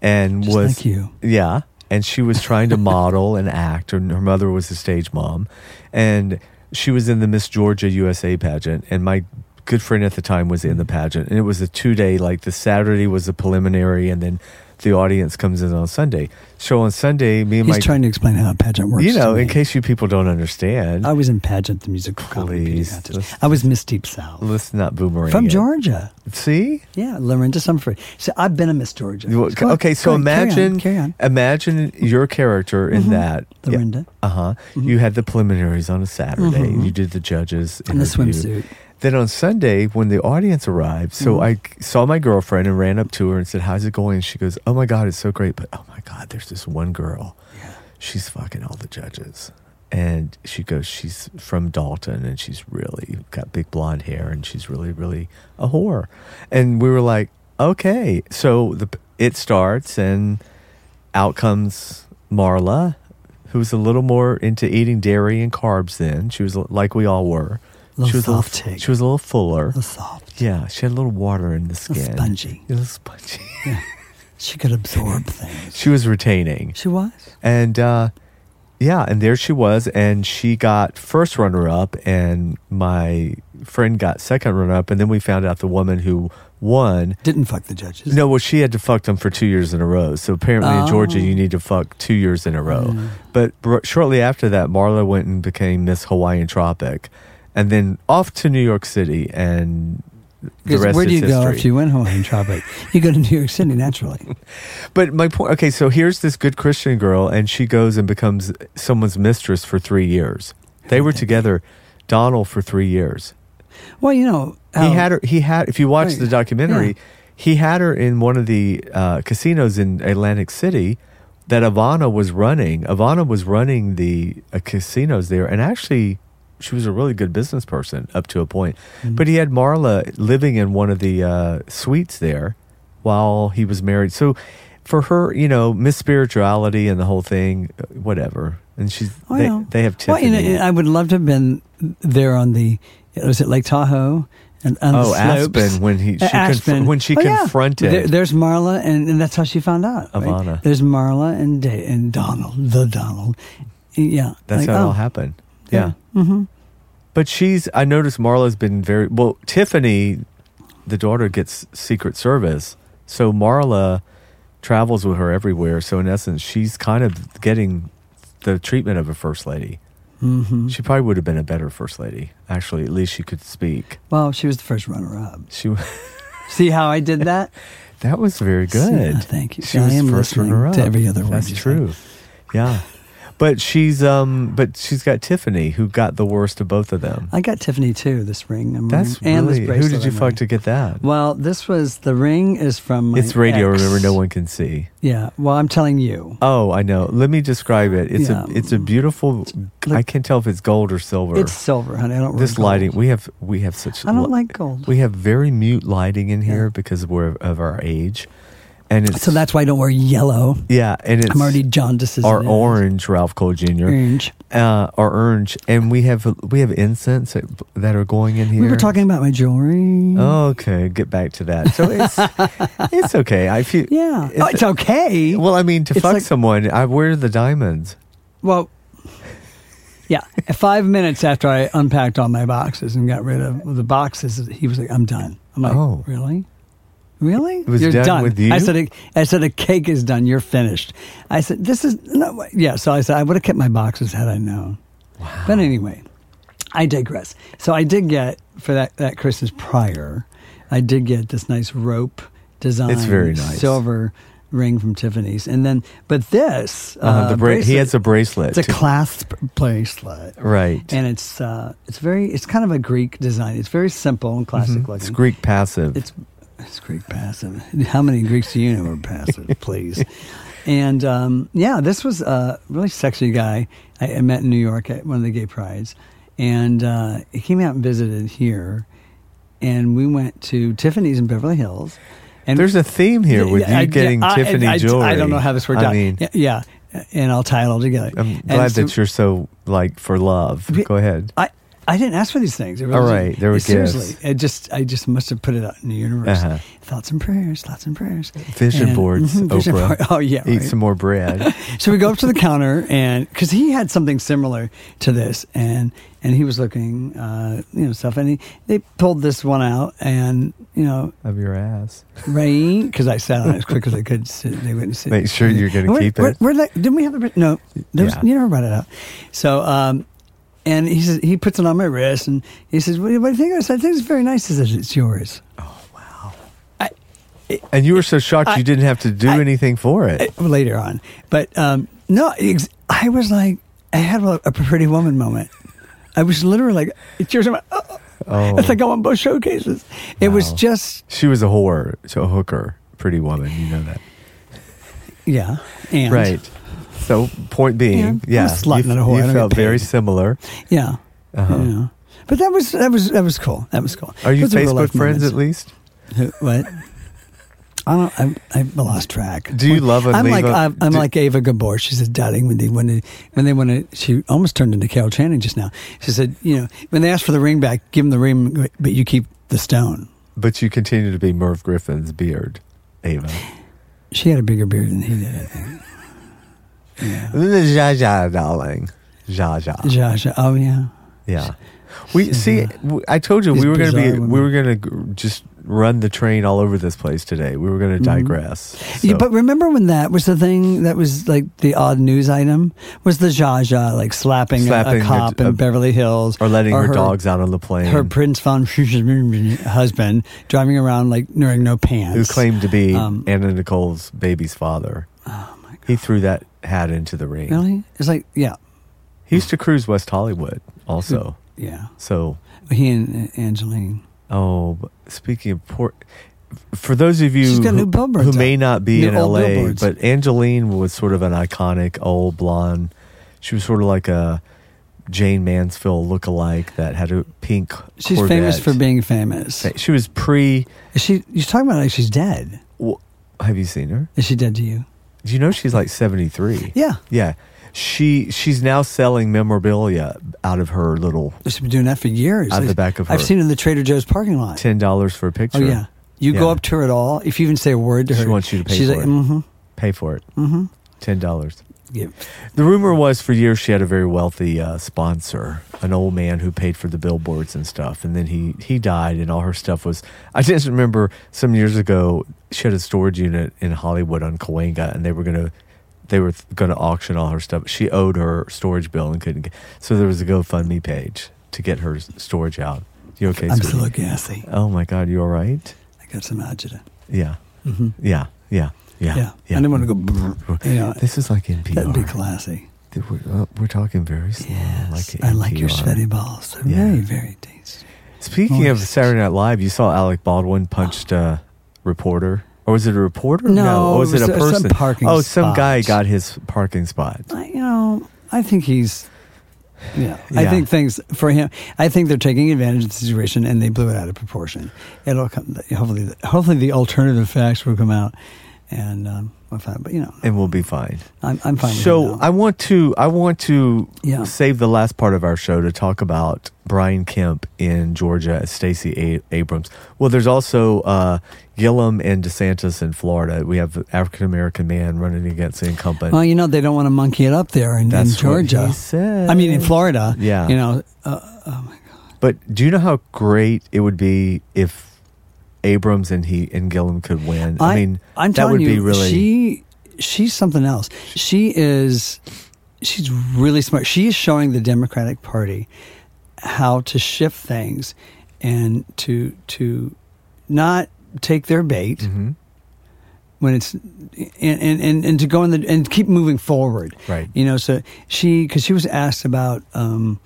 and Just was like you. Yeah, and she was trying to model and act, and her mother was a stage mom, and she was in the Miss Georgia USA pageant, and my good friend at the time was in the Hmm. pageant, and it was a two day like the Saturday was the preliminary, and then the audience comes in on Sunday. So on Sunday, me and He's my trying to explain how a pageant works. you know, to Uh, in me. case you people don't understand, I was in pageant, the musical comedy beauty Please, contest. let's- I was Miss Deep South let's not boomerang from it. Georgia. See, Yeah, Lorinda Humphrey. So I've been a Miss Georgia. You- Go on, okay, so go on, carry on, imagine carry on. Mm-hmm. imagine your character in that. Lorinda. Mm-hmm. Uh huh. You had the preliminaries on a Saturday. You did the judges And the interview. swimsuit. Mm-hmm. Then on Sunday, when the audience arrived, so I saw my girlfriend and ran up to her and said, "How's it going?" And she goes, "Oh my god, it's so great!" But oh my god, there's this one girl. She's fucking all the judges. And she goes, she's from Dalton and she's really got big blonde hair and she's really, really a whore. And we were like, okay. So the it starts and out comes Marla, who was a little more into eating dairy and carbs then. She was like we all were. Little she was a soft little, take. She was a little fuller. The soft. Yeah, she had a little water in the little skin. spongy. A little spongy. She could absorb things. she was retaining. She was. And uh, yeah, and there she was, and she got first runner up, and my friend got second runner up, and then we found out the woman who won. Didn't fuck the judges. No, well, she had to fuck them for two years in a row. So apparently in Oh. Georgia, you need to fuck two years in a row. Mm. But br- shortly after that, Marla went and became Miss Hawaiian Tropic, and then off to New York City, and the 'Cause rest where is do you history. go if you win Hawaiian Tropic? you go to New York City naturally. But my point, okay, so here's this good Christian girl, and she goes and becomes someone's mistress for three years. They were together, Donald, for three years. Well, you know, how- He had her. He had. If you watch Oh. Right. the documentary, Yeah. he had her in one of the uh, casinos in Atlantic City that Ivana was running. Ivana was running the uh, casinos there, and actually, she was a really good business person up to a point. Mm-hmm. But he had Marla living in one of the uh, suites there while he was married. So for her, you know, miss spirituality and the whole thing, uh, whatever. And she's Oh, they, yeah. they have Well, Tiffany. you know, I would love to have been there on the. Was it Lake Tahoe? And on Oh, the slopes. Aspen, when he- she Uh, conf- when she yeah. confronted- There- there's Marla, and, and that's how she found out. right? Ivana. There's Marla and da- and Donald, the Donald. Yeah, That's like, how it oh, all happened. Yeah. Mm-hmm. But she's, I noticed Marla's been very, well, Tiffany, the daughter, gets Secret Service. So Marla travels Mm-hmm. with her everywhere. So in essence, she's kind of getting the treatment of a first lady. She probably would have been a better first lady. Actually, at least she could speak. Well, she was the first runner up. She See how I did that? that was very See, uh, good. thank you. She I was am first listening runner up to every other word That's you say. true. Yeah, but she's um, but she's got Tiffany, who got the worst of both of them. I got Tiffany too. This ring. I'm That's wearing, and Mm-hmm. really this bracelet who did you I'm fuck wearing. to get that? Well, this was the ring is from my it's radio. ex. Remember, no one can see. Yeah. Well, I'm telling you, Oh, I know. Let me describe it. It's a Yeah. it's a beautiful. I can't tell if it's gold or silver. it's silver, honey. I don't. wear this gold. lighting we have we have such. I don't li- like gold. We have very mute lighting in here because we're of our age, and it's So that's why I don't wear yellow. yeah, and it's I'm already jaundiced. as our it is. orange Ralph Cole Jr. Orange. uh, our orange, and we have we have incense that, that are going in here. Oh. We were talking about my jewelry. Okay, get back to that. So it's it's okay. I feel yeah. oh, it's okay. Well, I mean, to It's fuck like- someone, I wear the diamonds. Well, yeah. Five minutes after I unpacked all my boxes and got rid of the boxes, he was like, "I'm done." I'm like, Oh. really? Really? was You're done done, with you? I said, "I said a cake is done. You're finished." I said, "This is no." way." Yeah. So I said, "I would have kept my boxes had I known." Wow. But anyway, I digress. So I did get for that that Christmas prior, I did get this nice rope design. It's very nice. silver ring from Tiffany's, and then but this Uh, the bra- he bracelet- has a bracelet. it's a too. clasp bracelet, right. and it's uh, it's very it's kind of a Greek design. It's very simple and classic looking. Mm-hmm. it's Greek passive. It's it's Greek passive. How many Greeks do you know are passive? Please. And um, yeah, this was a really sexy guy I, I met in New York at one of the gay prides, and uh, he came out and visited here, and we went to Tiffany's in Beverly Hills. And There's a theme here with Yeah, you I- getting yeah, I- Tiffany I, I, jewelry. I don't know how this worked I out. mean, yeah, yeah, and I'll tie it all together. I'm And glad so- that you're so like for love. Be- Go ahead. I, I didn't ask for these things. It really All didn't. right, there were gifts. seriously. I just I just must have put it out in the universe. Uh-huh. Thought some prayers, thoughts and prayers. Vision And- boards, Mhm, vision Oprah. board- Oh yeah. Eat right. some more bread. So we go up to the counter and because he had something similar to this and and he was looking uh, you know stuff and he, they pulled this one out and you know of your ass. right because I sat on it as quick as I could so they wouldn't sit. Make sure you're going to Where- keep where- it. where did I- didn't we have the no? There was, Yeah. You never brought it up. So, um, and he says he puts it on my wrist and he says, "What do you, what do you think?" of this?" I said, "I think it's very nice." He says, "It's yours." And you were so shocked I- you didn't have to do I- anything for it. Uh, Later on, but um, no, ex- I was like, I had a, a pretty woman moment. I was literally like, "It's yours." I'm like, oh. Oh. It's like I'm on both showcases. It was Wow. just she was a whore, so a hooker, pretty woman. You know that, yeah, and right? So point Yeah, being, I'm yeah, a slut you, and a whore, I you don't felt get paid. very similar. yeah, yeah. But that was that was that was cool. That was cool. Uh-huh. Are you Those real Facebook life friends moments. at least? Who- What? I don't. I'm, I've lost track. Do you love and I'm leave like a- I'm, I'm do- like Ava Gabor. She said, "Darling, when they when they when they want to, she almost turned into Carol Channing just now. She said, you know, when they ask for the ring back, give them the ring, but you keep the stone. But you continue to be Merv Griffin's beard, Ava. She had a bigger beard than he did. I think. Zha zha, darling. Zha zha. Josh, oh yeah, Yeah. We see. w- I told you These we were going to be. bizarre women. We were going to just run the train all over this place today. We were going to digress. Yeah, So- But remember when that was the thing that was like the odd news item was the Zsa Zsa like slapping, a- Slapping a, a- cop a- in Beverly Hills or letting her, dogs. dogs out on the plane. her Prince von husband driving around like wearing no pants. who claimed to be Um, Anna Nicole's baby's father. Oh my God. He threw that hat into the ring. really? It's like yeah, He used to cruise West Hollywood also. yeah. So, He and uh, Angeline. oh, but speaking of poor, for those of you She's got new who, billboards who may up. not be New in old LA, billboards. but Angeline was sort of an iconic old blonde. She was sort of like a Jane Mansfield lookalike that had a pink. She's Corvette. famous for being famous. She was pre. Is she? You're talking about like she's dead. w- Have you seen her? Is she dead to you? Do you know she's like 73? Yeah. Yeah. She she's now selling memorabilia out of her little She's been doing that for years. Out the back of I've her. seen her in the Trader Joe's parking lot. ten dollars for a picture. Oh yeah. You go Yeah. up to her at all. If you even say a word to her, She wants you to pay She's for like, it. mm-hmm. Pay for it. Mm-hmm. Ten dollars. Yeah. The rumor was for years she had a very wealthy uh, sponsor, an old man who paid for the billboards and stuff, and then he he died, and all her stuff was. I just remember some years ago she had a storage unit in Hollywood on Cahuenga, and they were gonna they were going to auction all her stuff. She owed her storage bill and couldn't get. So there was a GoFundMe page to get her s- storage out. You okay? I'm sweetie? still gassy. Oh my God, you all right? I got some agita. Yeah, yeah, yeah, yeah, Mm-hmm. Yeah. I didn't want to go. brrr, you know, This is like NPR. that'd be classy. Th- We're, uh, we're talking very slow. Yes, like I like your NPR. sweaty balls. They're Yeah. very, very tasty. Speaking of Moist. Saturday Night Live, you saw Alec Baldwin punched a reporter, or was it a reporter? No, or was it, a it was person? some parking oh, some spot. guy got his parking spot. I, you know, I think he's. Yeah, I Yeah. think things for him. I think they're taking advantage of the situation, and they blew it out of proportion. It'll come. Hopefully, hopefully the alternative facts will come out, and um, we'll find. But you know, And we'll be fine. I'm, I'm fine. with So him now. I want to I want to Yeah. save the last part of our show to talk about Brian Kemp in Georgia as Stacey A- Abrams. Well, there's also uh, Gillum and DeSantis in Florida. We have an African American man running against the incumbent. well, you know, they don't want to monkey it up there in, in That's what Georgia. he said. I mean, in Florida. Yeah. you know, uh, But do you know how great it would be if Abrams and he and Gillum could win? I, mean, I'm that would telling you, be really she she's something else. She is she's really smart. She is showing the Democratic Party how to shift things and to to not take their bait Mm-hmm. when it's and, and and and to go in the and keep moving forward. Right. You know, so she because she was asked about um,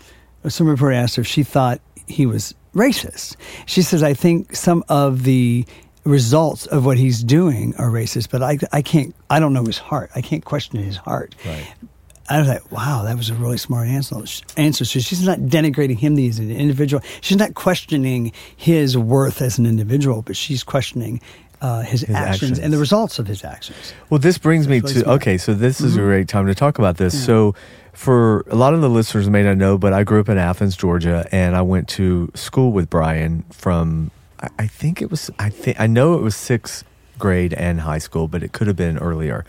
some reporter asked her if she thought he was racist. She says, "I think some of the." results of what he's doing are racist but I, I can't I don't know his heart I can't question his heart Right. I was like, wow, that was a really smart answer. Answer. So she's not denigrating him as an individual. She's not questioning his worth as an individual, but she's questioning uh, his, actions, and actions. the results of his actions. Well, this brings me really to smart. okay. So this is a great time to talk about this. So, for a lot of the listeners may not know, but I grew up in Athens, Georgia, and I went to school with Brian from I, I think it was I think I know it was sixth grade and high school, but it could have been earlier.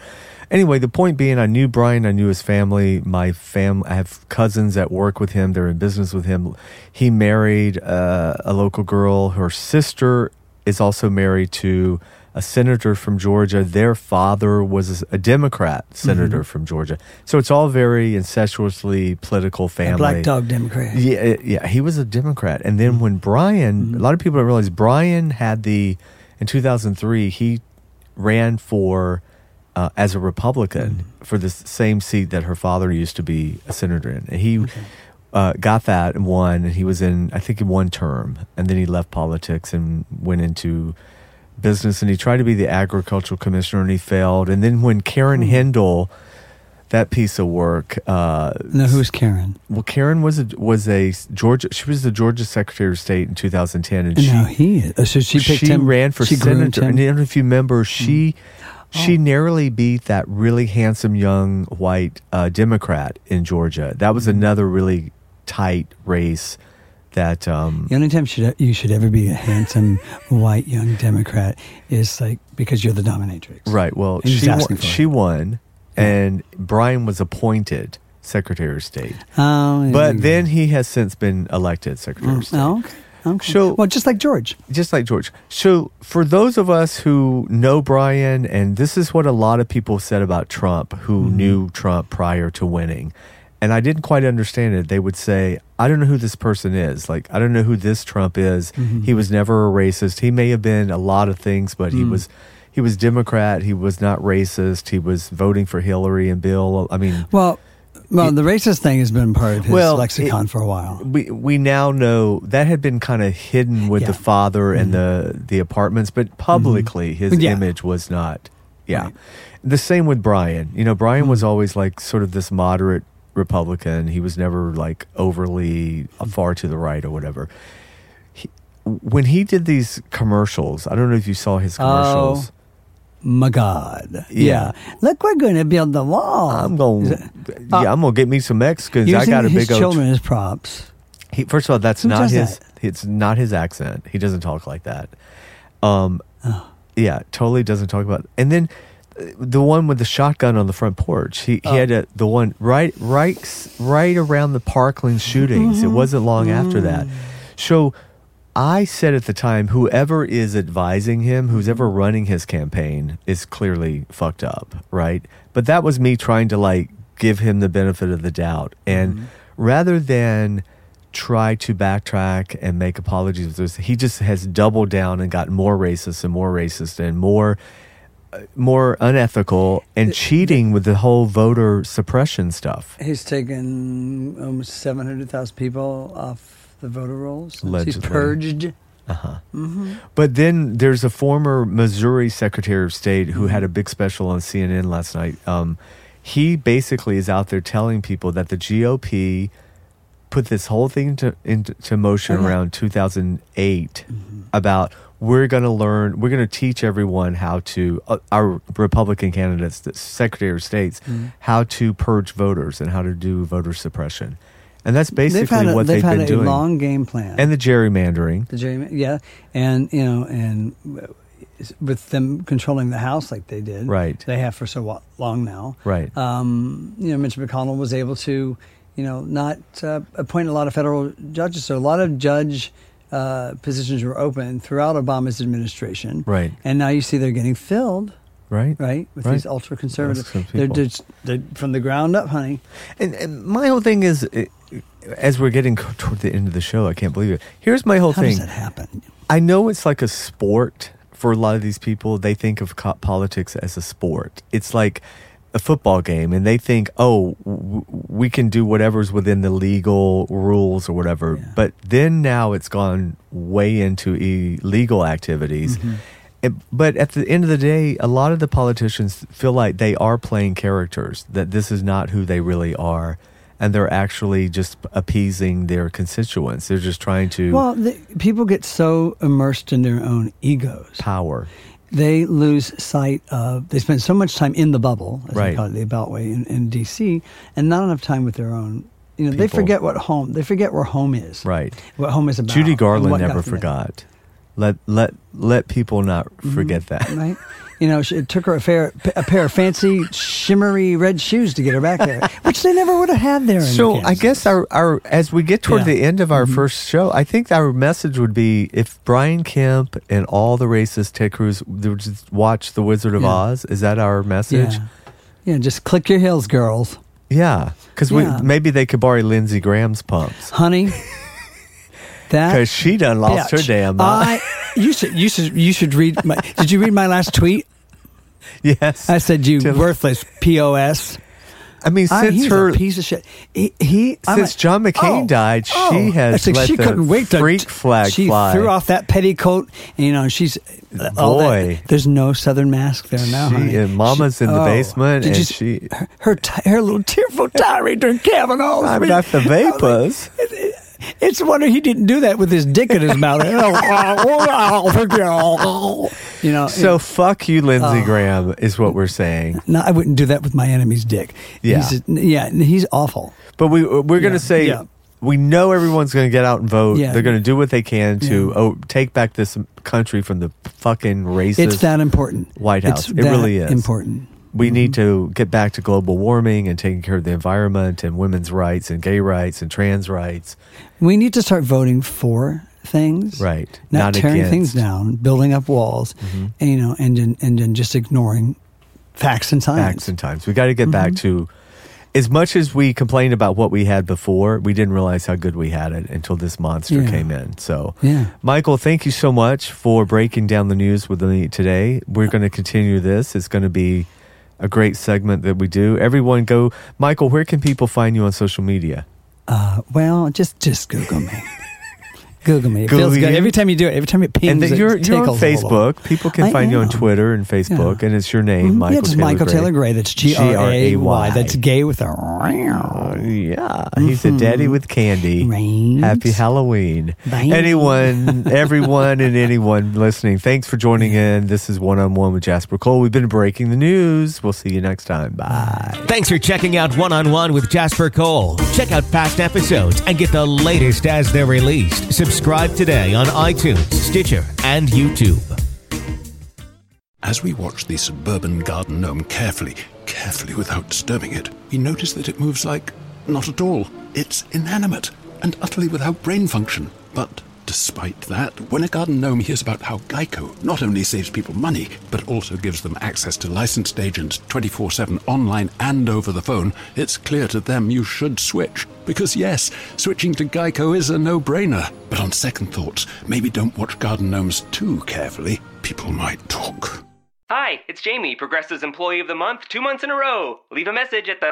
Anyway, the point being, I knew Brian. I knew his family. My fam, I have cousins that work with him. They're in business with him. He married uh, a local girl. Her sister is also married to a senator from Georgia. Their father was a Democrat senator from Georgia. So it's all very incestuously political family. A black dog Democrat. Yeah, yeah, he was a Democrat. And then when Brian, a lot of people don't realize Brian had the in 2003 he ran for uh, as a Republican for the s- same seat that her father used to be a senator in. And he uh, got that and won. And he was in I think in one term, and then he left politics and went into business. And he tried to be the agricultural commissioner, and he failed. And then when Karen Hendel, that piece of work. Uh, Now, who's Karen? well, Karen was a, was a Georgia. She was the Georgia Secretary of State in 2010, and no, she he is. oh, So she picked him. ran for she groomed senator. And him. Mm. Oh. then if you remember, she she narrowly beat that really handsome young white uh, Democrat in Georgia. That Mm. was another really tight race. That um, The only time should, you should ever be a handsome white young Democrat is like because you're the dominatrix. right. Well, And he's she won, asking for it. she won, and Brian was appointed Secretary of State. Oh, yeah, But yeah. then he has since been elected Secretary of State. Oh, okay. okay. So- well, just like George. just like George. So, for those of us who know Brian, and this is what a lot of people said about Trump who knew Trump prior to winning, and I didn't quite understand it. They would say, I don't know who this person is. Like, I don't know who this Trump is. He was never a racist. He may have been a lot of things, but he was. He was Democrat. He was not racist. He was voting for Hillary and Bill. I mean, Well, well, the racist thing has been part of his Well, lexicon it- for a while. we we now know that had been kind of hidden with the Yeah. father and the the apartments, but publicly his Yeah. image was not. Yeah, the same with Brian. You know, Brian was always like sort of this moderate Republican. He was never like overly far to the right or whatever. He, when he did these commercials, I don't know if you saw his commercials. my God. Yeah. Yeah. Look, we're going to build the wall. I'm going. Is to it- yeah, I'm gonna get me some Mexicans. I Using got a his big old. children as props. He, first of all, that's Who not does his. that? It's not his accent. He doesn't talk like that. Um, yeah, totally doesn't talk about. And then uh, the one with the shotgun on the front porch. He Oh. he had a, the one right right Mm-hmm. Mm. s- right around the Parkland shootings. It wasn't long after that. So I said at the time, whoever is advising him, who's ever Mm-hmm. running his campaign, is clearly fucked up, right? But that was me trying to like give him the benefit of the doubt. And Mm-hmm. rather than try to backtrack and make apologies, there's- he just has doubled down and gotten more racist and more racist and more uh, more unethical and cheating with the whole voter suppression stuff. He's taken almost 700,000 people off the voter rolls. since Allegedly. He's purged. But then there's a former Missouri Secretary of State who had a Mm-hmm. big special on CNN last night. Um, he basically is out there telling people that the GOP put this whole thing to, into to motion Oh, yeah. around 2008 Mm-hmm. about we're going to learn, we're going to teach everyone how to, uh, our Republican candidates, the Secretary of States, Mm-hmm. how to purge voters and how to do voter suppression. And that's basically they've had a, what they've they've, had been a doing. long game plan. and the gerrymandering. the Jerry, yeah, and you know, and w- with them controlling the house like they did, Right. They have for so wa- long now, Right. Um, you know, Mitch McConnell was able to, you know, not uh, appoint a lot of federal judges, so a lot of judge. Uh, positions were open throughout Obama's administration, Right. And now you see they're getting filled, right? right? With Right. these ultra conservative, Those kind of they're people. just they're from the ground up, honey. And, and my whole thing is, uh, as we're getting toward the end of the show, I can't believe it. Here's my whole How thing. does that happen? I know it's like a sport for a lot of these people. They think of co- politics as a sport. It's like a football game, and they think, oh, w- w- we can do whatever's within the legal rules or whatever. But then now it's gone way into illegal activities. It- but at the end of the day, a lot of the politicians feel like they are playing characters, that this is not who they really are. And they're actually just appeasing their constituents. They're just trying to Well, the, people get so immersed in their own egos. power. they lose sight of they spend so much time in the bubble as Right. they call it the beltway in, in dc and not enough time with their own you know they People. forget what home they forget where home is Right. what home is about Judy and Garland what never got them there, Mm-hmm. forgot. Let let let people not forget that. right you know she- it took her a, fair, a pair of fancy shimmery red shoes to get her back there which they never would have had there in So I Kansas. guess our, our as we get toward Yeah. Mm-hmm. the end of our first show, I think our message would be if Brian Kemp and all the racist Ted Cruz they would just watch The Wizard of Yeah. Oz, is that our message? yeah. yeah just click your heels girls Yeah, because Yeah. we maybe they could borrow Lindsey Graham's pumps honey that because she done lost her bitch. damn mind. I, you should you should you should read my did you read my last tweet yes, I said you Till- worthless pos. I mean I, since he's her a piece of shit. He, he- I'm Since like, John McCain oh, died, she oh. has It's like let she the couldn't wait to freak flag She fly. threw off that petticoat, and you know she's uh, all that- Boy. There's no Southern mask there now. She- honey. oh. and Mama's in the basement, did you and see she- her her, ti- her little tearful diary during Kavanaugh's. I've meeting? got the I was like, vapors. It's a wonder he didn't do that with his dick in his mouth. you know, So fuck you, Oh. Lindsey Graham, is what we're saying. No, I wouldn't do that with my enemy's dick. Yeah. he's, yeah, he's awful. But we we're gonna Yeah, say yeah. we know everyone's gonna get out and vote. Yeah. They're gonna do what they can to oh, take back this country from the fucking racist. It's that important. White House. It's It really that is. important. we need Mm-hmm. to get back to global warming and taking care of the environment and women's rights and gay rights and trans rights. We need to start voting for things, Right. Not Not, tearing against. Mm-hmm. things down, building up walls, and, you know, and then and then just ignoring facts and science. Facts and times. We got to get back Mm-hmm. to. As much as we complained about what we had before, we didn't realize how good we had it until this monster Yeah. came in. So, Yeah. Michael, thank you so much for breaking down the news with me today. We're going to continue this. It's going to be a great segment that we do. Everyone, go. Michael, where can people find you on social media? Uh, well, just just Google me. Google me. It Google feels good you? every time you do it. Every time it pings, and that it you're, you're on tickles a little. Facebook. People can I find you on am. Twitter and Facebook, Yeah. and it's your name, Mhm. Michael yeah, just Taylor Michael Gray. Taylor Gray. That's G R A Y. That's gay with a. Yeah, he's a daddy Mm-hmm. with candy. Right. Happy Halloween. Bye. Anyone, everyone, and anyone listening, thanks for joining in. This is One on One with Jasper Cole. We've been breaking the news. We'll see you next time. Bye. Thanks for checking out One on One with Jasper Cole. Check out past episodes and get the latest as they're released. Subscribe today on iTunes, Stitcher, and YouTube. As we watched the suburban garden gnome carefully, carefully without disturbing it, we noticed that it moves like not at all. It's inanimate and utterly without brain function. But Despite that, when a garden gnome hears about how Geico not only saves people money, but also gives them access to licensed agents 24 7 online and over the phone, it's clear to them you should switch. Because, yes, switching to Geico is a no brainer. But on second thoughts, maybe don't watch garden gnomes too carefully. People might talk. Hi, it's Jamie, Progressive's Employee of the Month, two months in a row. Leave a message at the.